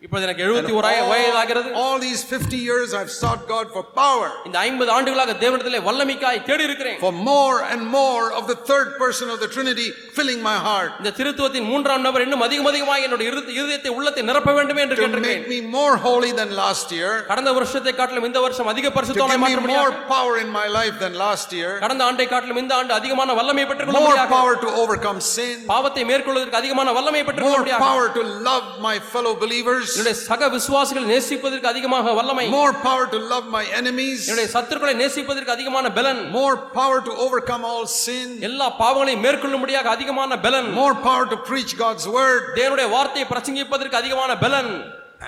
இப்பொழுது எனக்கு and எழுபத்தி ஒரு வயதாகிறது all, all these 50 years, I've sought God for power. இந்த ஐம்பது ஆண்டுகளாக தேவனிடத்திலே வல்லமைக்காய் தேடி இருக்கிறேன் for more and more of the third person of the Trinity filling my heart இந்த திருத்துவத்தின் மூன்றாம் நபர் இன்னும் அதிகம் அதிகமாக என்னுடைய இருத- இருதயத்தை உள்ளத்தை நிரப்ப வேண்டுமே என்று to கேட்டிருக்கிறேன் make me more holy than last year, கடந்த வருஷத்தை காட்டிலும் இந்த வருஷம் அதிக to பரிசுத்தோலை give me more மாற்ற முடியும் power in my life than last year, கடந்த ஆண்டை காட்டிலும் இந்த ஆண்டு அதிகமான வல்லமை பெற்றுக்கொள்ள more முடியும் power to overcome sin, பாவத்தை மேற்கொள்வதற்கு அதிகமான வல்லமை பெற்றுக்கொள்ள more முடியும் power to love my fellow believers, என்னுடைய சக விசுவாசிகளை நேசிப்பதற்கு அதிகமாக வல்லமை more power to love my enemies, என்னுடைய சத்துருக்களை நேசிப்பதற்கு அதிகமான பலன் more power to overcome all sin, எல்லா பாவங்களையும் மேற்கொள்ள முடியாத அதிகமான பலன் more power to preach God's word. தேவனுடைய வார்த்தையை பிரசங்கிப்பதற்கு அதிகமான பலன்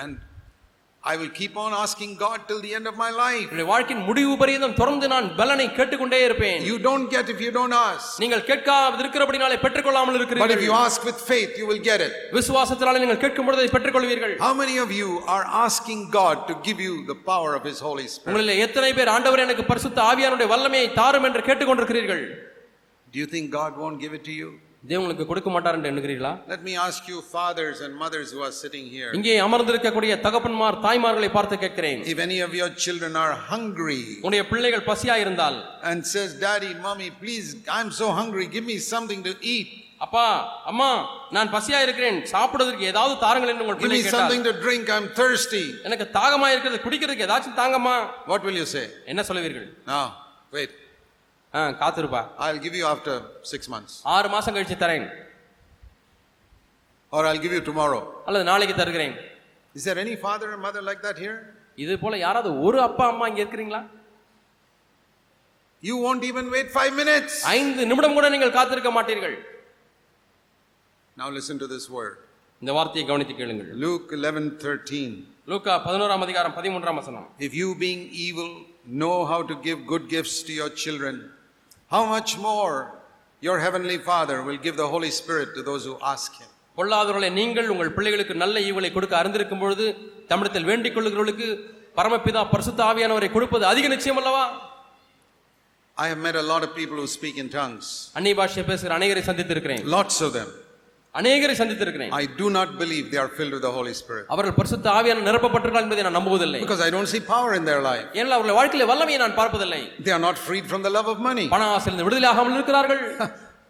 And I will keep on asking God till the end of my life. என்னுடைய வாழ்க்கையின் முடிவு பரியந்தம் தொடர்ந்து நான் பலனை கேட்டுக்கொண்டே இருப்பேன் You don't get if you don't ask. நீங்கள் கேட்காமல் இருக்கிறபடினாலே பெற்றுக்கொள்ளாமல் But if you இருக்கிறீர்கள் ask with faith, you will get it. விசுவாசத்தினாலே நீங்கள் கேட்கும் பொழுது அதை பெற்றுக்கொள்வீர்கள் How many of you are asking God to give you the power of His Holy Spirit? உங்களில் எத்தனை பேர் ஆண்டவர் எனக்கு பரிசுத்த ஆவியானுடைய வல்லமையை தாரும் என்று கேட்டுக்கொண்டிருக்கிறீர்கள் Do you think God won't give it to you? தேவன் உங்களுக்கு கொடுக்க மாட்டார் என்று எண்ணுகிறீர்களா Let me ask you, fathers and mothers who are sitting here, இங்கே அமர்ந்திருக்கக்கூடிய தகப்பன்மார் தாய்மார்களை பார்த்து கேட்கிறேன் if any of your children are hungry உன்னுடைய பிள்ளைகள் பசியா இருந்தால் and says, Daddy, Mommy, please, I'm so hungry, give me something to eat, அப்பா அம்மா நான் பசியா இருக்கிறேன் சாப்பிடுவதற்கு ஏதாவது தாருங்கள் என்று உங்கள் give me பிள்ளை something கேட்டால் to drink, I'm thirsty, எனக்கு தாகமா இருக்கிறது குடிக்கிறதுக்கு ஏதாச்சும் தாங்கம்மா what will you say? என்ன சொல்லுவீர்கள் No, wait, ah காத்திருப்பா I'll give you after six months, ஆறு மாசம் கழிச்சு தரேன் or I'll give you tomorrow. அல்லது நாளைக்கு தருகிறேன் Is there any father and mother like that here? இது போல யாராவது ஒரு அப்பா அம்மா இங்க இருக்கிறீங்களா You won't even wait five minutes. ஐந்து நிமிடம் கூட நீங்கள் காத்திருக்க மாட்டீர்கள் Now listen to this word. இந்த வார்த்தையை கவனித்து கேளுங்கள் Luke 11:13. லூக்கா பதினோராம் அதிகாரம் பதிமூன்றாம் வசனம் If you being evil know how to give good gifts to your children, how much more your heavenly Father will give the Holy Spirit to those who ask him. பொல்லாதவர்களை நீங்கள் உங்கள் பிள்ளைகளுக்கு நல்ல ஈவுகளை கொடுக்க அறிந்திருக்கும் பொழுது தமிழத்தில் வேண்டிக் கொள்ளுகிறவர்களுக்கு பரமபிதா பரிசுத்த ஆவியானவரை கொடுப்பது அதிக நிச்சயம் அல்லவா I have met a lot of people who speak in tongues. அந்நிய பாஷையை பேசுகிற அநேகரை சந்தித்திருக்கிறேன் Lots of them. அநேகரை சந்தித்திருக்கிறேன் I do not believe they are filled with the Holy Spirit அவர்கள் பரிசுத்த ஆவியான நிரப்பப்பட்டிருக்கிறார் என்பதை நான் நம்புவதில்லை because I don't see power in their life. ஏனென்றால் அவர்கள் வாழ்க்கையில வல்லமையை நான் பார்ப்பதில்லை They are not freed from the love of money. பண ஆசையிலிருந்து விடுதலையாகாமல் இருக்கிறார்கள்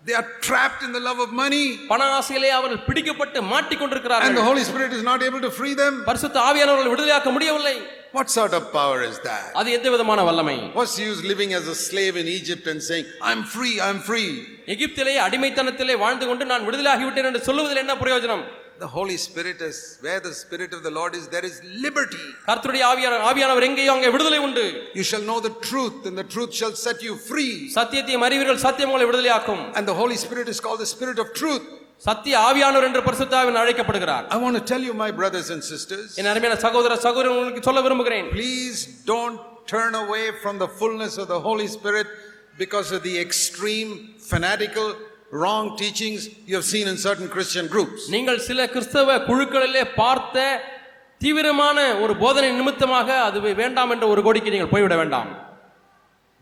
They are trapped in the love of money பண ஆசையிலே அவர்கள் பிடிக்கப்பட்டு and the மாட்டிக்கொண்டிருக்கிறார்கள் Holy Spirit is not able to free them. பரிசுத்த ஆவியானவர்கள் விடுதலையாக்க முடியவில்லை What sort of power is that? அது எந்த விதமான வல்லமை What's the use living as a slave in Egypt and saying, I'm free, I'm free? எகிப்திலே அடிமைத்தனத்திலே வாழ்ந்து கொண்டு நான் விடுதலையாகி விட்டேன் என்று சொல்லுவதில் என்ன பிரயோஜனம் The Holy Spirit is where the Spirit of the Lord is, there is liberty. கர்த்தருடைய ஆவியான ஆவியானவர் எங்கேயோ அங்கே விடுதலை உண்டு You shall know the truth, and the truth shall set you free. சத்தியத்தையும் அறிவீர்கள் சத்தியம் உங்களை விடுதலையாக்கும் And the Holy Spirit is called the Spirit of truth. சத்திய ஆவியானவர் என்று பரிசுத்தாவின் அழைக்கப்படுகிறார் I want to tell you, my brothers and sisters, என் அருமையான சகோதர சகோதரன் உங்களுக்கு சொல்ல விரும்புகிறேன் please don't turn away from the fullness of the Holy Spirit because of the extreme, fanatical, wrong teachings you have seen in certain Christian groups. நீங்கள் சில கிறிஸ்தவ குழுக்களிலே பார்த்த தீவிரமான ஒரு போதனை நிமித்தமாக அது வேண்டாம் என்ற ஒரு கோடிக்கு நீங்கள் போய்விட வேண்டாம்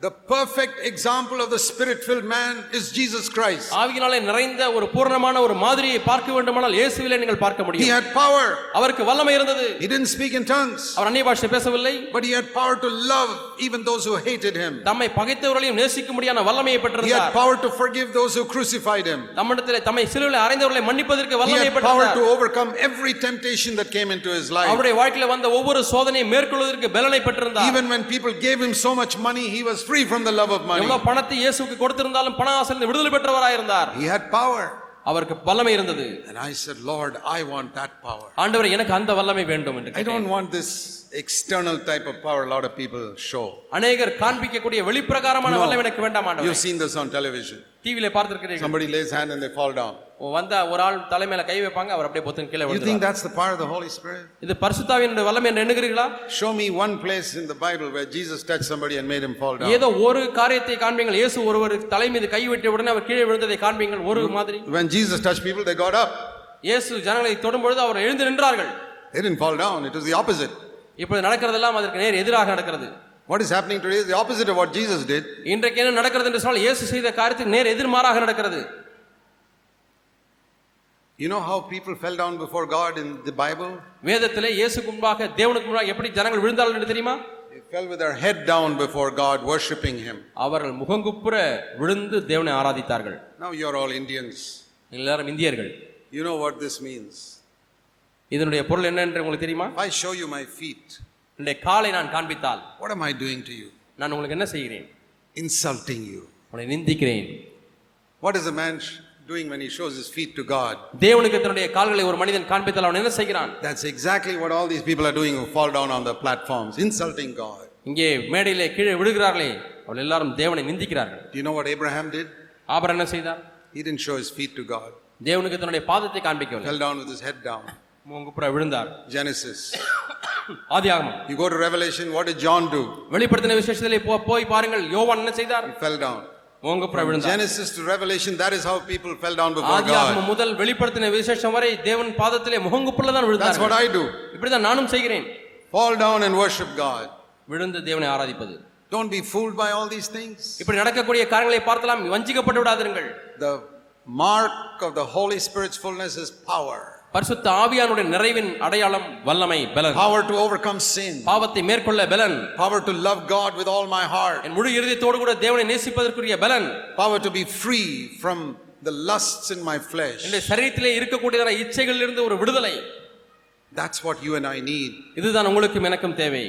The perfect example of the Spirit filled man is Jesus Christ. ஆவியினாலே நிறைந்த ஒரு பூரணமான ஒரு மாதிரியை பார்க்க வேண்டுமானால் இயேசுவிலே நீங்கள் பார்க்க He முடியும் had power, அவருக்கு வல்லமை இருந்தது he didn't speak in tongues. அவர் அந்நிய பாஷை பேசவில்லை But he had power to love even those who hated him. தம்மை பகைத்தவர்களையும் நேசிக்கும்படியான வல்லமையை He had பெற்றிருந்தார் power to forgive those who crucified him. நம்மிடத்திலே தம்மை சிலுவையில் அறைந்தவர்களை மன்னிப்பதற்கு He வல்லமை had power to பெற்றார் overcome every temptation that came into his life. அவருடைய வாழ்க்கையில வந்த ஒவ்வொரு சோதனையை மேற்கொள்வதற்கு பலனை பெற்றிருந்தார் Even when people gave him so much money, he was free from the love of money. எவ்வளவு பணத்தை இயேசுக்கு கொடுத்திருந்தாலும் பண ஆசையிலிருந்து விடுதலை பெற்றவராயிருந்தார் He had power. அவருக்கு வல்லமை இருந்தது And I said, Lord, I want that power. ஆண்டவர் எனக்கு அந்த வல்லமை வேண்டும் என்று I கேட்டேன். don't want this external type of power a lot of people show. அநேகர் காண்பிக்கக்கூடிய வெளிப்பிரகாரமான No. வல்லம் எனக்கு வேண்டாம் You've ஆண்டவர் seen this on television. டிவியில பார்த்திருக்கிறீர்கள் Somebody lays hand and they fall down. ஓ, வந்தா ஒரு ஆள் தலைமையில கை வைப்பாங்க அவர் அப்படியே பொத்து கீழே You think விழுந்து that's the power of the Holy Spirit? இது பரிசுத்தாவின் வல்லம் என்று எண்ணுகிறீர்களா Show me one place in the Bible where Jesus touched somebody and made him fall down. ஏதோ ஒரு காரியத்தை காண்பீங்கள் இயேசு ஒருவர் தலை மீது கை விட்ட உடனே அவர் கீழே விழுந்ததை காண்பீங்கள் ஒரு மாதிரி When Jesus touched people, they got up. இயேசு ஜனங்களை தொடும்பொழுது அவர் எழுந்து நின்றார்கள் They didn't fall down. It was the opposite. இப்பொழுது நடக்கிறதெல்லாம் அதற்கு நேர் எதிராக நடக்கிறது What is happening today is the opposite of what Jesus did. இன்றைக்கு என்ன நடக்கிறது என்று சொன்னால் இயேசு செய்த காரியத்துக்கு நேர் எதிர்மாறாக நடக்கிறது You know how people fell down before God in the Bible? வேதத்திலே இயேசுக்கு முன்பாக தேவனுக்கு முன்பாக எப்படி ஜனங்கள் விழுந்தார்கள் என்று தெரியுமா They fell with their head down before God, worshipping Him. அவர்கள் முகங்குப்புற விழுந்து தேவனை ஆராதித்தார்கள் Now you're all Indians. நீங்கள் எல்லாரும் இந்தியர்கள் You know what this means. இதனுடைய பொருள் என்ன என்று உங்களுக்கு தெரியுமா If I show you my feet, என்னுடைய காலை நான் காண்பித்தால் what am I doing to you? நான் உங்களுக்கு என்ன செய்கிறேன் Insulting you. உங்களை நிந்திக்கிறேன் What is a man sh- doing when he shows his feet to God? தேவனுக்கு தன்னுடைய கால்களை ஒரு மனிதன் காண்பித்தால் அவன் என்ன செய்கிறான் That's exactly what all these people are doing who fall down on the platforms, insulting God. இங்கே மேடையிலே கீழே விழுகிறார்களே அவர்கள் எல்லாரும் தேவனை நிந்திக்கிறார்கள் Do you know what Abraham did? ஆபர் என்ன செய்தார் He didn't show his feet to God, தேவனுக்கு தன்னுடைய பாதத்தை காண்பிக்கவில்லை fell down with his head down. முகங்குப்புற விழுந்தார் Genesis. ஆதியாகமம் You go to Revelation, what did John do? வெளிப்படுத்தின விசேஷத்திலே போ- போய் பாருங்கள் யோவான் என்ன செய்தார் He fell down. முகங்குப்புற விழுந்தார் Genesis to Revelation, that is how people fell down before God. ஆதியாகமம் முதல் வெளிப்படுத்தின விசேஷம் வரை தேவன் பாதத்திலே முகங்குப்புல தான் That's what விழுந்தார் I do. இப்படிதான் நானும் செய்கிறேன் Fall down and worship God. விழுந்து தேவனை ஆராதிப்பது Don't be fooled by all these things. இப்படி நடக்கக்கூடிய காரியங்களை பார்த்தலாம் வஞ்சிக்கப்பட்டு விடாதிருங்கள் The mark of the Holy Spirit's fullness is power. பரிசுத்த ஆவியானுடைய நிறைவின் அடையாளம் வல்லமை பலன் Power to overcome sin. பாவத்தை மேற்கொள்ள பலன் Power to love God with all my heart. என் முழு இருதயத்தோடு கூட தேவனை நேசிப்பதற்குரிய பலன் Power to be free from the lusts in my flesh. என்னுடைய சரீரத்திலே இருக்கக்கூடியதான இச்சைகளிலிருந்து ஒரு விடுதலை That's what you and I need. இதுதான் உங்களுக்கும் எனக்கும் தேவை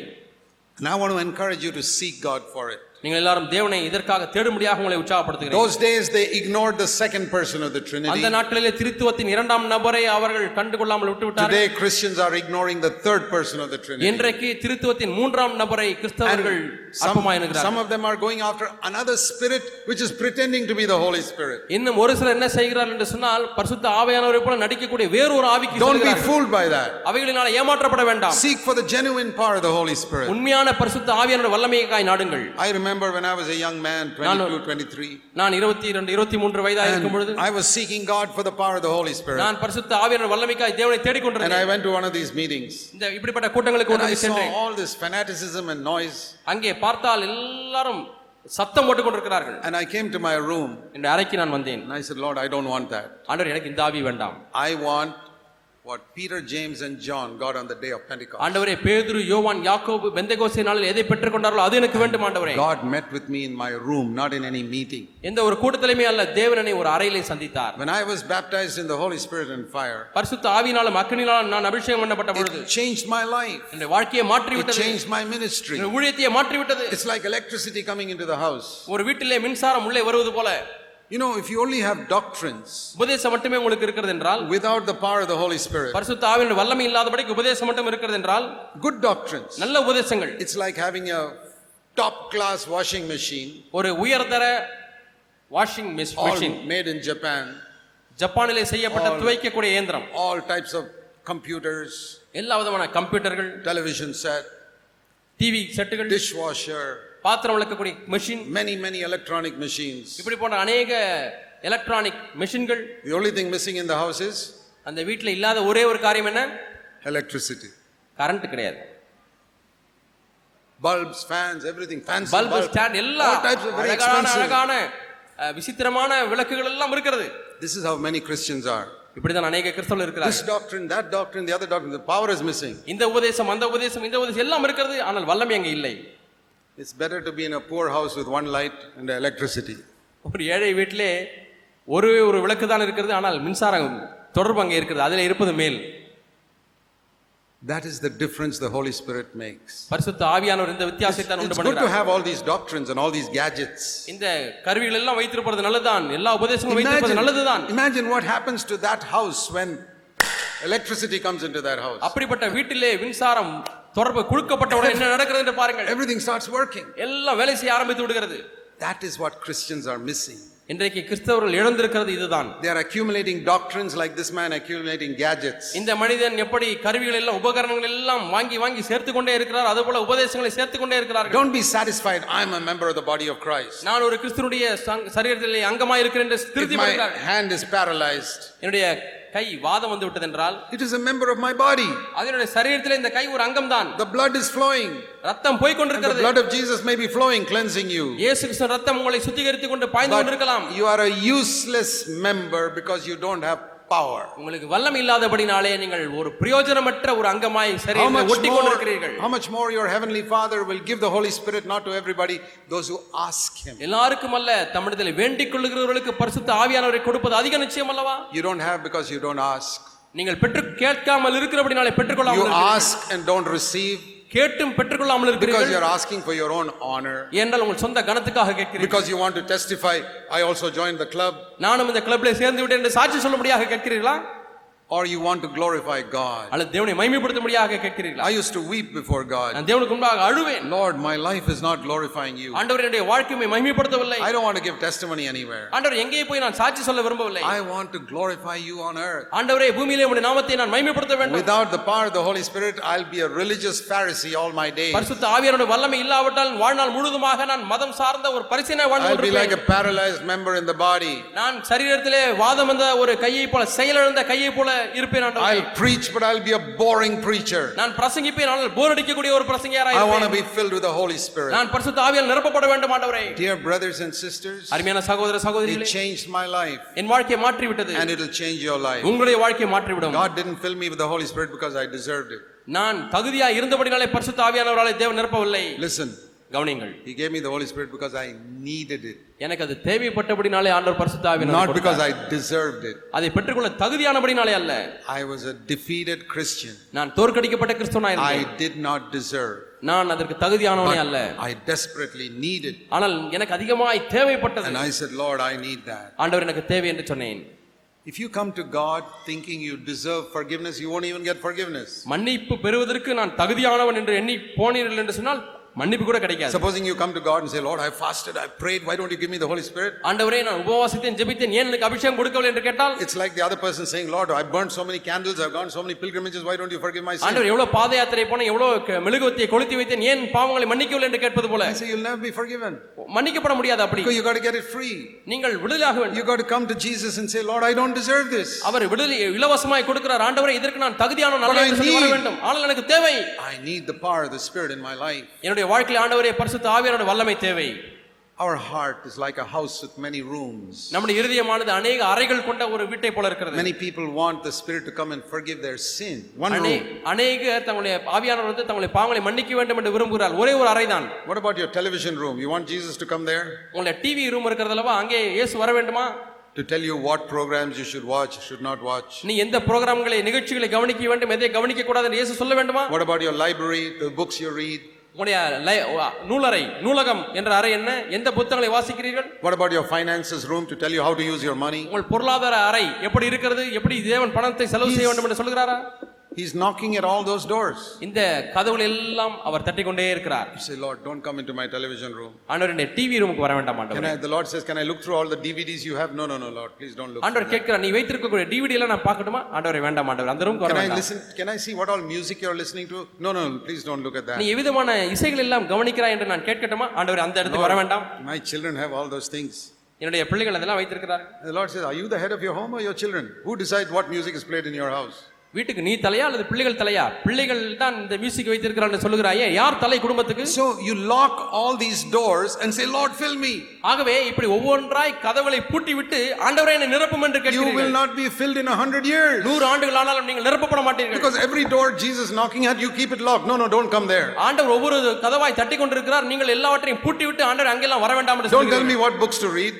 And I want to encourage you to seek God for it. நீங்கள் எல்லாரும் தேவனை இதற்காக தேடும்படியாக உங்களை உற்சாகப்படுத்துகிறேன் Those days they ignored the second person of the அந்த Trinity. நாட்களிலே திருத்துவத்தின் இரண்டாம் நபரை அவர்கள் கண்டுகொள்ளாமல் விட்டுவிட்டார்கள் Today Christians are ignoring the third person of the Trinity. இன்றைக்கு திருத்துவத்தின் மூன்றாம் நபரை கிறிஸ்தவர்கள் And அற்பமாய் some, some எண்ணுகிறார்கள் of them are going after another spirit which is pretending to be the Holy Spirit. இன்னும் ஒரு சிலர் என்ன செய்கிறார்கள் என்று சொன்னால் பரிசுத்த ஆவியானவரை போல நடிக்கக்கூடிய வேறொரு ஆவிக்கு Don't be செல்கிறார்கள். fooled by that. அவைகளினால ஏமாற்றப்பட வேண்டாம் Seek for the genuine power of the Holy Spirit. உண்மையான பரிசுத்த ஆவியானோட வல்லமையைக்காய் நாடுங்கள் I remember when I was a young man, 22, 23, நான் இருபத்தி இரண்டு இருபத்தி மூன்று வயதாக இருக்கும் பொழுது and I was seeking God for the power of the Holy Spirit. நான் பரிசுத்த ஆவியானோட வல்லமைக்காய் தேவனை And I தேடிக்கொண்டிருந்தேன் went to one of these meetings. இந்த இப்படிப்பட்ட கூட்டங்களுக்கு And ஒன்று I போய் saw சென்றேன் all this fanaticism and noise. அங்கே பார்த்தால் எல்லாரும் சத்தம் போட்டுக் கொண்டிருக்கிறார்கள் And I came to my room என்னுடைய அறைக்கு நான் வந்தேன் and I said, Lord, I don't want that. ஆண்டவர் எனக்கு இந்த ஆவி வேண்டாம் I want what Peter, James, and John got on the day of Pentecost. ஆண்டவரே பேதுரு யோவான் யாக்கோபு பெந்தகோசை நாளில் எதை பெற்றுக்கொண்டார்களோ அது எனக்கு வேண்டும் ஆண்டவரே God met with me in my room, not in any meeting. எந்த ஒரு கூட்டத்திலுமே அல்ல தேவனனை ஒரு அறையிலே சந்தித்தார் When I was baptized in the Holy Spirit and fire, பரிசுத்த ஆவியினாலும் அக்கினினாலும் நான் அபிஷேகம் பண்ணப்பட்ட பொழுது it changed my life. என்னுடைய வாழ்க்கையை மாற்றி It விட்டது changed my ministry. என்னுடைய ஊழியத்தையே மாற்றி விட்டது It's like electricity coming into the house. ஒரு வீட்டிலே மின்சாரம் உள்ளே வருவது போல You know, if you only have doctrines உபதேசம் மட்டுமே உங்களுக்கு இருக்கிறது என்றால் without the power of the Holy Spirit, பரிசுத்த ஆவியினுடைய வல்லமை இல்லாதபடிக்கு உபதேசம் மட்டும் இருக்கிறது என்றால் good doctrines, நல்ல உபதேசங்கள் it's like having a top class washing machine, ஒரு உயர்தர washing all machine made in Japan, ஜப்பானிலே செய்யப்பட்ட துவைக்கக்கூடிய இயந்திரம் all types of computers, எல்லா விதமான கம்ப்யூட்டர்கள் television set, டிவி செட்டுகள் dishwasher, பாத்திரம் விளக்கக்கூடிய machine many, many electronic machines. இப்படி போன்ற அநேக எலக்ட்ரானிக் மெஷின்கள் The only thing missing in the house is அந்த வீட்டில் இல்லாத ஒரே ஒரு காரியம் என்ன electricity. கரண்ட் கிடையாது Bulbs, fans, everything. Fancy bulb bulb. Stand எல்லாம் All types of very அழகான expensive. அழகான அஹ், விசித்திரமான விளக்குகள் எல்லாம் இருக்கிறது This is how many Christians are. இப்படிதான் அநேக This கிறிஸ்தவர்கள் இருக்கிறார்கள் doctrine, that doctrine, the other doctrine, the power is missing. இந்த உபதேசம் அந்த உபதேசம் இந்த உபதேசம் எல்லாம் இருக்கிறது ஆனால் வல்லமை அங்கே இல்லை It's better to be in a poor house with one light and electricity. ஒரு ஏழை வீட்டிலே ஒரே ஒரு விளக்கு தான் இருக்கிறது ஆனால் மின்சாரம் தொடர்பு அங்கே இருக்கிறது அதில் இருப்பது மேல் That is the difference the Holy Spirit makes. பரிசுத்த ஆவியானவர் இந்த வித்தியாசத்தை தான் It's உண்டு good to பண்ணுகிறார் have all these doctrines and all these gadgets. இந்த கருவிகள் எல்லாம் வைத்திருப்பது நல்லதுதான் எல்லா உபதேசங்களும் வைத்திருப்பது நல்லதுதான் Imagine, imagine what happens to that house when electricity comes into that house. அப்படிப்பட்ட வீட்டிலே மின்சாரம் தொடர்பு குழுக்கப்பட்டவுடன் என்ன நடக்கிறது என்று பாருங்கள் Everything starts working. எல்லாம் வேலை செய்ய ஆரம்பித்து விடுகிறது That is what Christians are missing. இன்றைக்கு கிறிஸ்தவர்கள் இழந்திருக்கிறது இதுதான் They are accumulating doctrines like this man accumulating gadgets. இந்த மனிதன் எப்படி கருவிகள் எல்லாம் உபகரணங்கள் எல்லாம் வாங்கி வாங்கி சேர்த்து கொண்டே இருக்கிறார் அதுபோல உபதேசங்களை சேர்த்து கொண்டே இருக்கிறார்கள் Don't be satisfied, I'm a member of the body of Christ. நான் ஒரு கிறிஸ்தனுடைய சரீரத்திலே அங்கமாய் இருக்கிறேன் என்று If திருத்தி my படுகிறார். hand is paralyzed, என்னுடைய கை வாதம் வந்து விட்டது என்றால் it is a member of my body. அதனுடைய சரீரத்திலே இந்த கை ஒரு அங்கம் தான் The blood is flowing. ரத்தம் போய் The கொண்டிருக்கிறது blood of Jesus may be flowing, cleansing you. இயேசு கிறிஸ்து ரத்தம் உங்களை சுத்திகரித்துக் கொண்டு பாய்ந்து கொண்டிருக்கலாம் But you are a useless member because you don't have power. உங்களுக்கு வல்லம் இல்லாதபடினாலே நீங்கள் ஒரு பிரயோஜனமற்ற ஒரு அங்கமாய் How சரீரத்தை much, ஒட்டி more, கொண்டிருக்கிறீர்கள் how much more your heavenly Father will give the Holy Spirit not to everybody, those who ask Him. எல்லாருக்கும் அல்ல தமிழத்தில் வேண்டிக் கொள்ளுகிறவர்களுக்கு பரிசுத்த ஆவியானவரை கொடுப்பது அதிக நிச்சயம் அல்லவா You don't have because you don't ask. நீங்கள் பெற்று கேட்காமல் இருக்கிறபடினாலே You பெற்றுக்கொள்ளாமல் இருக்கிறீர்கள். ask and don't receive கேட்டும் பெற்றுக்கொள்ளாமல் because இருக்கிறீர்கள் you're asking for your own honor. ஏனென்றால் உங்கள் சொந்த கனத்துக்காக கேட்கிறீர்கள் Because you want to testify, I also joined the club. நானும் இந்த கிளப்ல சேர்ந்து விட்டேன் என்று சாட்சி சொல்லும்படியாக கேட்கிறீர்களா Or you want to glorify God. அல்லது தேவனை மைமைப்படுத்தும்படியாக கேட்கிறீர்களா I used to weep before God. நான் தேவனுக்கு முன்பாக அழுவேன் Lord, my life is not glorifying you. ஆண்டவர் என்னுடைய வாழ்க்கையை மகிமைப்படுத்தவில்லை I don't want to give testimony anywhere. ஆண்டவர் எங்கே போய் நான் சாட்சி சொல்ல விரும்பவில்லை I want to glorify you on earth. ஆண்டவரே பூமியிலே உடைய நாமத்தை நான் மகிமைப்படுத்த வேண்டும் Without the power of the Holy Spirit, I'll be a religious Pharisee all my days. பரிசுத்த ஆவியாரோட வல்லமை இல்லாவிட்டால் வாழ்நாள் முழுதுமாக நான் மதம் சார்ந்த ஒரு பரிசனை வாழ்ந்து I'll be like a கொண்டிருப்பேன். paralyzed member in the body. நான் சரீரத்திலே வாதம் வந்த ஒரு கையை போல செயலிழந்த கையை போல இருப்பேன் ஆண்டவரே I'll preach, but I'll be a boring preacher. நான் பிரசங்கிப்பேன் ஆனால் போர் அடிக்கக்கூடிய ஒரு பிரசங்கியாரா I want to இருப்பேன் be filled with the Holy Spirit. நான் பரிசுத்த ஆவியால் நிரப்பப்பட வேண்டும் ஆண்டவரே Dear brothers and sisters, அருமையான சகோதர it சகோதரிகளே changed my life என் வாழ்க்கையை மாற்றி விட்டது and it'll change your life. உங்களுடைய வாழ்க்கையை மாற்றிவிடும் God didn't fill me with the Holy Spirit because I deserved it. நான் தகுதியா இருந்தபடினாலே பரிசுத்த ஆவியானவராலே தேவன் நிரப்பவில்லை Listen, கவனிங்கள் He gave me the Holy Spirit because I needed it, எனக்கு அது தேவைப்பட்டபடினாலே ஆண்டவர் பரிசுத்த not ஆவியானவர் because I deserved it. அதை பெற்றுக்கொள்ள தகுதியானபடினாலே அல்ல I was a defeated Christian. நான் தோற்கடிக்கப்பட்ட கிறிஸ்தவனா இருந்தேன் I did not deserve, நான் அதற்கு தகுதியானவனே but அல்ல I desperately needed. ஆனால் எனக்கு அதிகமாய் தேவைப்பட்டது And I said, Lord, I need that. ஆண்டவர் எனக்கு தேவை என்று சொன்னேன் If you come to God thinking you deserve forgiveness, you won't even get forgiveness. மன்னிப்பு பெறுவதற்கு நான் தகுதியானவன் என்று எண்ணி போனீர்கள் என்று சொன்னால் மன்னிப்பு கூட கிடைக்காது Supposing you come to God and say, Lord, I fasted, I prayed, why don't you give me the Holy Spirit? ஆண்டவரே நான் உபவாசத்தேன் ஜெபித்தேன் ஏன் எனக்கு அபிஷேகம் கொடுக்கவில்லை என்று கேட்டால் It's like the other person saying, Lord, I burned so many candles, I've gone so many pilgrimages, why don't you forgive my sin? ஆண்டவர் எவ்வளவு பாத யாத்திரை போனேன் எவ்வளவு க- மெழுகுவர்த்தியை கொளுத்தி வைத்தேன் ஏன் பாவங்களை மன்னிக்கவில்லை என்று கேட்பது போல I say, You'll never be forgiven. மன்னிக்கப்பட முடியாது அப்படி Because you got to get it free. நீங்கள் விடுதலையாக வேண்டும் You got to come to Jesus and say, Lord, I don't deserve this. அவர் விடுதலை இலவசமாய் கொடுக்கிறார் ஆண்டவரே இதற்கு நான் தகுதியான நல்ல But I என்று சொல்லி வர need- வேண்டும் ஆனால் எனக்கு தேவை I need the power of the Spirit in my life. என்னுடைய வாழ்க்கையில் ஆண்டவரே பரிசுத்த ஆவியாரோட வல்லமை தேவை Our heart is like a house with many rooms. நம்முடைய இருதயமானது அநேக அறைகள் கொண்ட ஒரு வீட்டை போல இருக்கிறது Many people want the Spirit to come and forgive their sin. One அநே room. அநேகர் தங்களுடைய ஆவியானவர் வந்து தங்களுடைய பாவங்களை மன்னிக்க வேண்டும் என்று விரும்புகிறார் ஒரே ஒரு அறைதான் What about your television room? You want Jesus to come there உங்களுடைய டிவி ரூம் இருக்கிறது அல்லவா அங்கே இயேசு வர வேண்டுமா to tell you what programs you should watch, should not watch? நீ எந்த புரோகிராம்களை நிகழ்ச்சிகளை கவனிக்க வேண்டும் எதை கவனிக்க கூடாது என்று இயேசு சொல்ல வேண்டுமா What about your library, the books you read? உங்களுடைய லை- நூலறை நூலகம் என்ற அறை என்ன எந்த புத்தகங்களை வாசிக்கிறீர்கள் What about your finances room to tell you how to use your money? உங்கள் பொருளாதார அறை எப்படி இருக்கிறது எப்படி தேவன் பணத்தை செலவு செய்ய வேண்டும் என்று சொல்கிறாரா He's knocking at all those doors. இந்த கதவுகள் எல்லாம் அவர் தட்டிக்கொண்டே இருக்கிறார் You say, Lord, don't come into my television room. ஆண்டவர் என்னை டிவி ரூமுக்கு வர வேண்டாம் Can ஆண்டவர் I, the Lord says, Can I look through all the DVDs you have? No, no, no, Lord, please don't look. ஆண்டவர் கேட்கிறார் நீ வைத்திருக்கக்கூடிய டிவிடி எல்லாம் நான் பார்க்கட்டுமா ஆண்டவரை வேண்டாம் ஆண்டவர் அந்த ரூமுக்கு Can வர I வேண்டாம் listen? Can I see what all music you're listening to? No, no, no, please don't look at நீ that. எவ்விதமான இசைகள் எல்லாம் கவனிக்கிறாய் என்று நான் கேட்கட்டுமா ஆண்டவர் அந்த இடத்துக்கு வர வேண்டாம் My children have all those things. என்னுடைய பிள்ளைகள் அதெல்லாம் வைத்திருக்கிறார் And the Lord says, Are you the head of your home or your children? Who decides what music is played in your house? வீட்டுக்கு நீ தலையா அல்லது பிள்ளைகள் தலையா பிள்ளைகள் தான் இந்த மியூசிக் வைத்திருக்கிறான்னு சொல்லுகிறாயே யார் தலை குடும்பத்துக்கு So you lock all these doors and say, Lord, fill me. ஆகவே இப்படி ஒவ்வொன்றாய் கதவுகளை பூட்டி விட்டு ஆண்டவரை என்னை நிரப்பும் என்று You will கேட்கிறீர்கள் not be filled in a hundred years. நூறு ஆண்டுகள் ஆனாலும் நீங்கள் நிரப்பப்பட மாட்டீர்கள் Because every door Jesus knocking at, you keep it locked. No, no, don't come there. ஆண்டவர் ஒவ்வொரு கதவாய் தட்டி கொண்டிருக்கிறார் நீங்கள் எல்லாவற்றையும் பூட்டி விட்டு ஆண்டவர் அங்கெல்லாம் வர வேண்டாம் என்று Don't tell சொல்லுங்கள் me what books to read.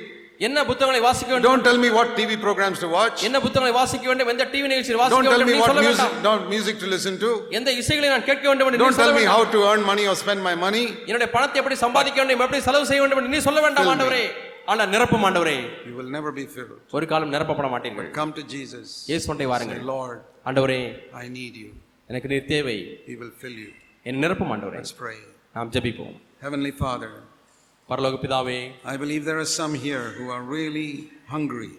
என்ன புத்தகங்களை வாசிக்க வேண்டும் Don't tell me what TV programs to watch. என்ன புத்தகங்களை வாசிக்க வேண்டும் எந்த டிவி நிகழ்ச்சியில் Don't வாசிக்க tell வேண்டும் me என்று what சொல்ல music, வேண்டாம் not music to listen to. எந்த இசைகளை நான் கேட்க வேண்டும் என்று நீ Don't சொல்ல tell me வேண்டாம். how to earn money or spend my money. என்னுடைய பணத்தை எப்படி சம்பாதிக்க வேண்டும் எப்படி செலவு செய்ய வேண்டும் என்று நீ சொல்ல வேண்டாம் ஆண்டவரே ஆனால் நிரப்பும் ஆண்டவரே You will never be filled. ஒரு காலம் நிரப்பப்பட மாட்டீர்கள் Come to Jesus. இயேசுவண்டை Say, வாருங்கள் Lord, ஆண்டவரே I need you. எனக்கு நீர் தேவை He will fill you. என் நிரப்பும் ஆண்டவரே Let's pray. நாம் ஜெபிப்போம் Heavenly Father, பரலோக பிதாவே I believe there are some here who are really hungry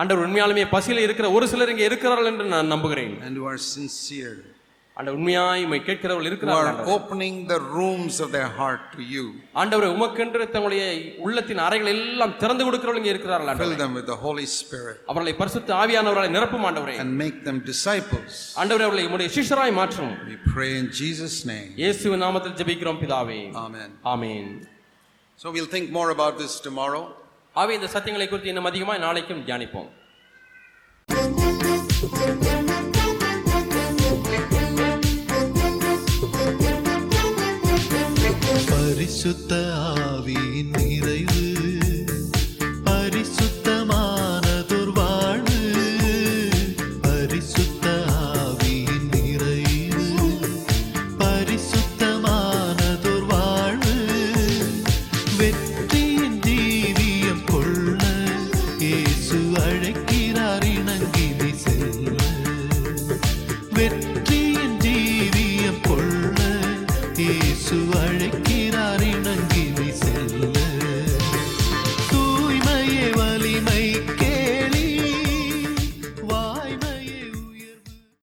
ஆண்டவர் உண்மையாலுமே பசியில் இருக்கிற ஒரு சிலர் இங்கே இருக்கிறார்கள் என்று நான் நம்புகிறேன் and who are sincere, ஆண்டவர் உண்மையாய் உம்மை கேட்கிறவர்கள் who இருக்கிறார்கள் are ஆண்டவரே. opening the rooms of their heart to you. ஆண்டவரே உமக்கென்று தங்களுடைய உள்ளத்தின் அறைகள் எல்லாம் திறந்து கொடுக்கிறவர்கள் இங்கே இருக்கிறார்கள் Fill ஆண்டவரே. them with the Holy Spirit அவர்களை பரிசுத்த ஆவியானவர்களை நிரப்பும் ஆண்டவரே and make them disciples. ஆண்டவரே அவர்களை உம்முடைய சிஷ்யராய் மாற்றும் We pray in Jesus' name. இயேசுவின் நாமத்தில் ஜெபிக்கிறோம் பிதாவே Amen. Amen So we'll think more about this tomorrow. ஆகவே இந்த சத்தியங்களை குறித்து இன்னும் அதிகமாக நாளைக்கும் தியானிப்போம் பரிசுத்த ஆவியின் நிறைவு பரிசுத்தமானதொரு வாழ்வு பரிசுத்த ஆவியின் நிறைவு பரிசுத்தமானதொரு வாழ்வு வெற்றியின் தீவியம் கொள்ள இயேசு அழைக்கிறார் இணங்கினி செல்ல வெற்றியின் ஜீவியம் கொள்ள இயேசு அழைக்கிறார் இணங்க